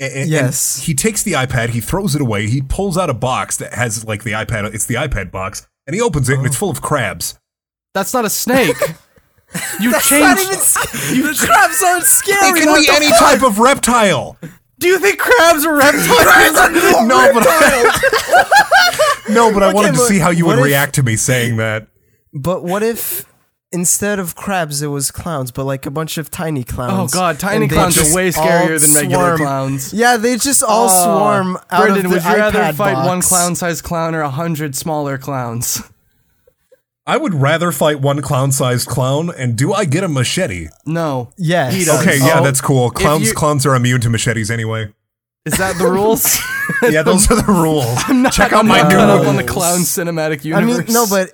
S1: A- a- and
S2: Yes.
S1: he takes the iPad, he throws it away, he pulls out a box that has like the iPad. It's the iPad box, and he opens it, and it's full of crabs.
S3: That's not a snake. (laughs) You
S4: Not
S3: changed.
S4: even
S2: (laughs)
S4: sc- the
S3: (laughs)
S4: traps aren't
S1: It
S4: scary.
S1: can be any type of reptile.
S3: Do you think (laughs) crabs are reptiles?
S2: (laughs)
S1: No, but I, no, but I wanted to
S2: but
S1: see how you
S2: what
S1: would
S2: if-
S1: react to me saying that.
S2: (laughs) But what if instead of crabs it was clowns, but like a bunch of tiny
S3: Oh
S2: clowns?
S3: god, tiny
S2: And they
S3: clowns
S2: just
S3: are way
S2: all
S3: scarier than regular
S2: swarm.
S3: clowns.
S2: Yeah, they just all swarm out
S3: Brendan,
S2: of the
S3: would you rather
S2: iPad
S3: fight one
S2: box.
S3: clown-sized clown or a hundred smaller clowns?
S1: I would rather fight one clown-sized clown, and do I get a machete?
S3: No.
S2: Yes.
S3: He does.
S1: Okay, yeah,
S3: Oh,
S1: that's cool. Clowns,
S3: you-
S1: clowns are immune to machetes anyway.
S3: Is that the (laughs) rules?
S1: (laughs) Yeah, those are the rules.
S2: (laughs)
S1: Check out
S3: I'm
S1: my
S3: not
S1: new
S3: caught up on the
S1: book.
S3: clown cinematic
S2: I
S3: universe.
S2: mean, no, but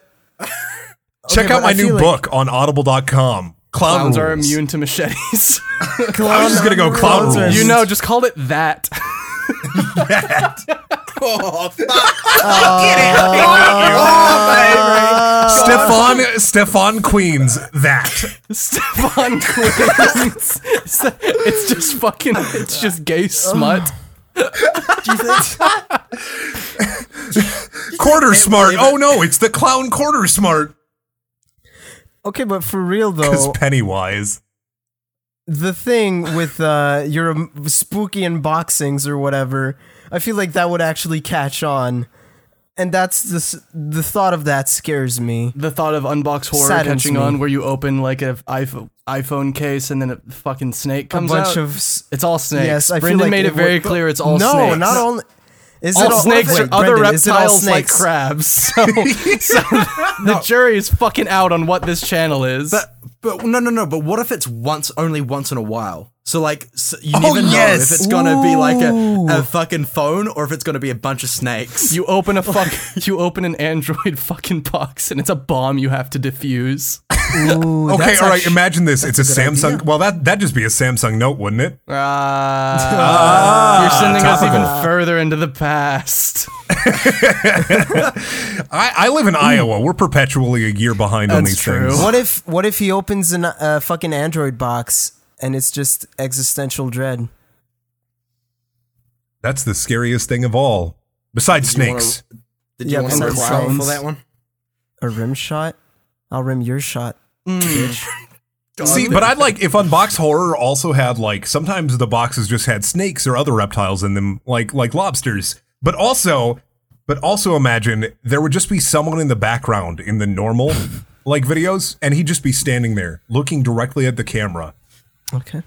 S1: Check
S2: Okay,
S1: out
S2: but
S1: my
S2: I
S1: new
S2: feel like-
S1: book on Audible.com. Clown
S3: clowns are
S1: rules.
S3: immune to (laughs) machetes.
S1: I was just gonna go clown
S2: Clowns are-
S1: rules.
S3: you know, just called it that. (laughs)
S2: Oh.
S1: Stefan
S2: (laughs)
S1: Stefan Queens that.
S3: Stefan Queens. It's- (laughs) it's just fucking. It's just gay smut. (laughs)
S1: Quarter smart. Oh no, it's the clown quarter smart.
S2: okay, but for real
S1: Because
S2: though,
S1: Pennywise.
S2: the thing with uh, your um, spooky unboxings or whatever, I feel like that would actually catch on, and that's the s- the thought of that scares me.
S3: The thought of unbox horror
S2: Saddens
S3: catching
S2: me.
S3: on, where you open like a iPhone iPhone case and then a fucking snake
S2: A
S3: comes
S2: bunch
S3: out.
S2: of s-
S3: it's all snakes.
S2: yes, I
S3: Brendan
S2: feel like
S3: made it,
S2: would-
S3: very
S2: but-
S3: clear. It's all
S2: no,
S3: snakes.
S2: not only. Is
S3: all
S2: it all
S3: snakes
S2: wait,
S3: are other
S2: Brendan, is it all
S3: reptiles like
S2: snakes? (laughs)
S3: crabs. So, so the jury is fucking out on what this channel is.
S4: But But no, no, no. But what if it's once, only once in a while? So like, s you
S1: Oh,
S4: never know
S1: yes.
S4: if it's gonna be like a, a fucking phone or if it's gonna be a bunch of snakes.
S3: You open a
S2: (laughs)
S3: fuck. you open an android (laughs) fucking box, and it's a bomb you have to
S2: (laughs)
S3: defuse.
S1: okay,
S2: that's
S1: all right.
S2: actu-
S1: imagine this. It's a,
S4: good
S1: Samsung.
S4: idea.
S1: Well, that that'd just be a Samsung Note, wouldn't it?
S3: Ah, you're sending us even further into the past.
S1: I, I live in Iowa. We're perpetually a year behind on
S3: That's
S1: these
S3: true.
S1: things.
S2: What if what if he opens an uh, fucking Android box and it's just existential dread?
S1: That's the scariest thing of all, besides
S4: you wanna-
S1: snakes.
S4: Did
S2: Yeah,
S4: you want to
S2: besides
S4: for
S3: clowns.
S4: that one?
S2: A rim shot? I'll rim your shot.
S3: Hmm.
S1: See, but I'd like if Unbox Horror also had like sometimes the boxes just had snakes or other reptiles in them, like like lobsters. But also, but also imagine there would just be someone in the background in the normal like videos, and he'd just be standing there looking directly at the camera.
S2: Okay.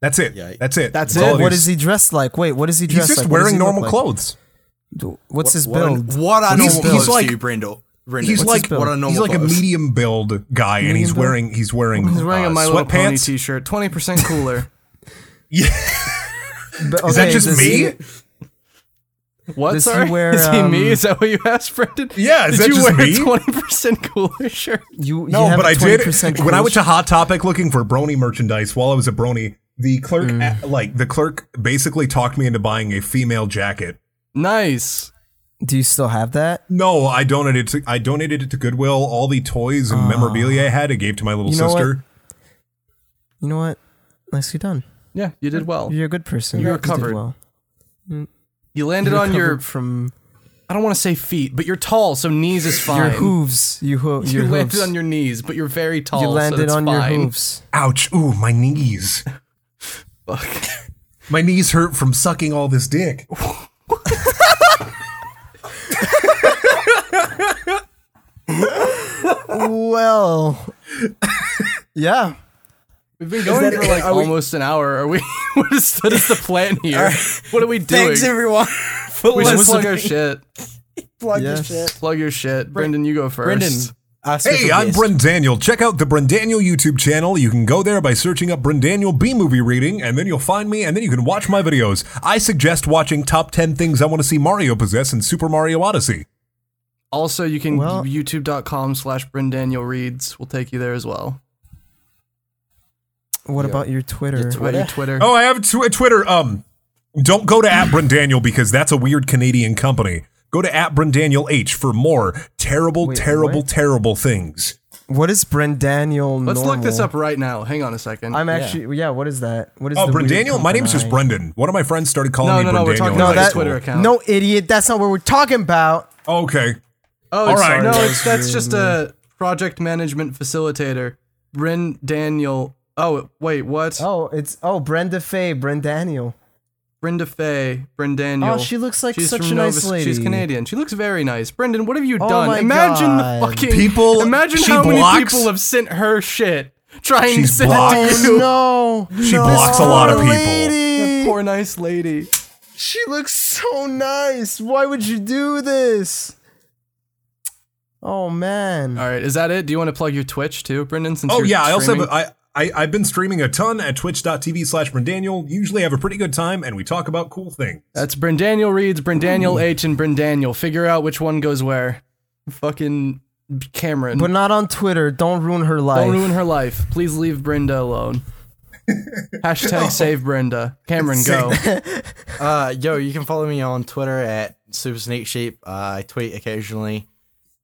S1: That's it.
S4: Yeah.
S1: That's it.
S3: That's
S1: all
S3: it.
S2: What
S1: is.
S2: is he dressed like? Wait, what is he
S1: He's
S2: dressed
S1: just
S2: like? What does
S1: wearing
S2: he look
S1: normal
S2: like?
S1: clothes.
S2: Do- What's his
S4: What,
S2: build?
S4: an- what are
S1: He's-
S4: normal
S1: he's
S4: clothes
S1: like-
S4: to you, Brendel? Brendel,
S1: He's
S4: what's
S1: like
S4: his- what are normal
S1: he's like a
S4: clothes?
S1: medium build guy, and he's
S2: build?
S1: wearing he's wearing
S3: He's wearing
S1: uh,
S3: a My Little Pony
S1: sweatpants.
S3: t-shirt, twenty percent cooler.
S2: But-
S1: Is that
S2: okay,
S1: just
S2: does
S1: me?
S2: he-
S3: What?
S2: Does he
S3: sorry?
S2: wear,
S3: is he me?
S2: um,
S3: Is that what you asked, Brendan?
S1: Yeah, is
S3: Did
S1: that
S3: you
S1: just
S3: wear
S1: me?
S3: a twenty percent cooler (laughs) shirt?
S2: you, you
S1: No,
S2: have
S1: but
S2: a
S1: I did.
S2: 20%
S1: When I went to
S2: crush?
S1: Hot Topic looking for brony merchandise while I was a brony, the clerk, a- like the clerk, basically talked me into buying a female jacket.
S3: Nice.
S2: Do you still have that?
S1: No, I donated it to I donated it to Goodwill. All the toys and memorabilia I had, I gave to my little
S2: You know
S1: sister.
S2: You know what? Nicely done.
S3: Yeah, you did well.
S2: You're a good person.
S3: You
S2: You
S3: recovered.
S2: did well.
S3: You landed on your
S2: Recovered from
S3: I don't want to say feet, but you're tall, so knees is fine.
S2: your hooves. You, ho-
S3: (laughs) You
S2: your
S3: landed
S2: hooves.
S3: on your knees, but you're very tall.
S2: you
S3: so
S2: landed
S3: it's
S2: on
S3: fine.
S2: your hooves.
S1: Ouch! Ooh, my knees.
S3: Fuck.
S1: My knees hurt from sucking all this dick.
S2: Well, (laughs) yeah.
S3: We've been going
S4: that-
S3: for like
S4: are we-
S3: almost an hour. Are we? (laughs) What is, what is the plan
S2: (laughs)
S3: here? What are we doing?
S4: Thanks everyone for
S3: we should
S4: listening.
S3: plug our shit.
S4: Plug
S2: Yes.
S3: Plug your shit, Brendan. You go first.
S4: Brendan, our special
S1: Hey, I'm
S4: guest.
S1: Bryn Daniel. Check out the Bryn Daniel YouTube channel. You can go there by searching up Bryn Daniel B movie reading, and then you'll find me, and then you can watch my videos. I suggest watching top 10 things I want to see Mario possess in Super Mario Odyssey.
S3: Also, you can
S2: Well-
S3: YouTube.com/slash Daniel reads. We'll take you there as well.
S2: What about your Twitter?
S3: What about your Twitter?
S1: Oh, I have tw- Twitter. Um, don't go to at Bryn Daniel because that's a weird Canadian company. Go to at Bryn Daniel H for more terrible,
S2: Wait,
S1: terrible,
S2: what?
S1: terrible things.
S2: What is Brendaniel?
S3: Let's look this
S2: normal?
S3: up right now. Hang on a 2nd
S2: I'm actually yeah. What is that? What is
S1: Oh,
S2: the
S1: Bryn
S2: weird
S1: Daniel. My name's just
S2: company?
S1: Brendan. One of my friends started calling
S3: No,
S1: me
S3: no,
S1: Bryn
S3: no, we're
S1: Daniel.
S3: talking
S1: in
S3: about
S2: No,
S1: high
S3: his
S2: that
S1: school.
S3: Twitter account.
S2: no idiot. That's not what we're talking about.
S1: Okay.
S3: Oh,
S1: All
S3: it's,
S1: right.
S3: No,
S1: That
S3: it's, that's just a project management facilitator, Bryn Daniel. Oh wait, what?
S2: Oh, it's oh Brenda Faye, Brendaniel.
S3: Brenda Faye, Bryn Daniel.
S2: Oh, she looks like
S3: She's
S2: such
S3: from
S2: a nice
S3: Nova-
S2: lady.
S3: She's Canadian. She looks very nice. Brendan, what have you
S2: Oh
S3: done?
S2: my
S3: Imagine the
S2: God.
S3: fucking
S1: People-
S3: Imagine
S1: she
S3: how many
S1: blocks-
S3: people have sent her shit trying to
S1: She's
S3: send it
S1: blocked.
S3: to you.
S2: Oh, No,
S1: She blocks a lot of
S2: poor
S1: people.
S3: (laughs)
S2: lady.
S3: Poor nice lady.
S2: She looks so nice. Why would you do this? Oh man.
S3: All right, is that it? Do you want to plug your Twitch too, Brendan? Since
S1: Oh
S3: you're
S1: yeah, I also
S3: streaming?
S1: have, I, I I've been streaming a ton at twitch.tv slash Brendaniel. Usually have a pretty good time and we talk about cool things.
S3: That's Brendaniel Reads, Brendaniel H, and Brendaniel. Figure out which one goes where. Fucking Cameron.
S2: But not on Twitter. Don't ruin her life.
S3: Don't ruin her life. Please leave Brenda
S2: (laughs)
S3: alone. Hashtag save Brenda. Cameron, go.
S4: Uh, yo, you can follow me on Twitter at Super Sneak Sheep. Uh, I tweet occasionally,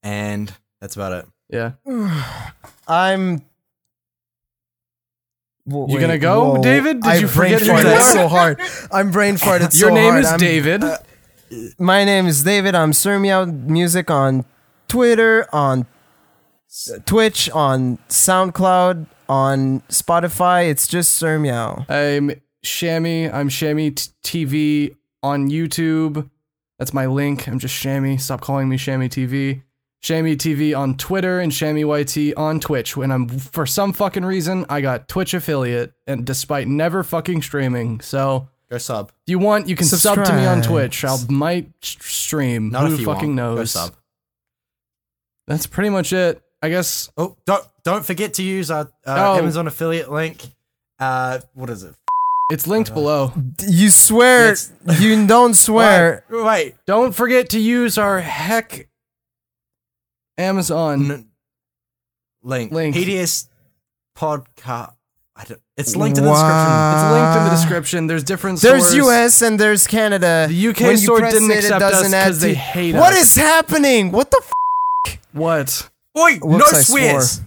S4: and that's about it.
S2: (laughs)
S3: Yeah.
S2: I'm.
S3: You gonna go, David? Did
S2: I
S3: you
S2: brain
S3: forget who you
S2: farted
S3: are?
S2: so hard. I'm brain farted so
S3: Your name
S2: hard.
S3: is
S2: I'm- uh,
S3: David.
S2: My name is David. I'm Sir Meow Music on Twitter, on Twitch, on SoundCloud, on Spotify. It's just Sir Meow.
S3: I'm Shammy. I'm Shammy t- TV on YouTube. That's my link. I'm just Shammy. Stop calling me Shammy TV. Shammy TV on Twitter and Shammy YT on Twitch. When I'm for some fucking reason I got Twitch affiliate, and despite never fucking streaming, so
S4: Go sub.
S3: if you want you can sub to me on
S2: Subscribe.
S3: Twitch. I'll might s- stream.
S4: Not
S3: Who
S4: if you
S3: fucking
S4: want. Go
S3: knows?
S4: sub.
S3: That's pretty much it. I guess
S4: Oh, don't Don't forget to use our uh,
S3: Oh.
S4: Amazon affiliate link. Uh, what is it?
S3: It's linked
S4: Uh,
S3: below.
S2: You swear,
S4: It's-
S3: (laughs)
S2: you don't swear.
S4: Wait, wait,
S3: Don't forget to use our heck Amazon.
S4: N- link.
S3: Link.
S4: PDS podcast. I don't, it's linked in the
S2: Wow.
S4: description.
S3: It's linked in the description. There's different
S2: There's
S3: stores.
S2: U.S. and there's Canada.
S3: The UK
S2: When you
S3: store
S2: press
S3: didn't
S2: it, it
S3: accept us
S2: doesn't add
S3: 'cause they
S2: to-
S3: hate
S2: What
S3: us.
S2: is happening? What the? F-
S3: What?
S4: Wait, no
S2: Whoops, I
S4: swears.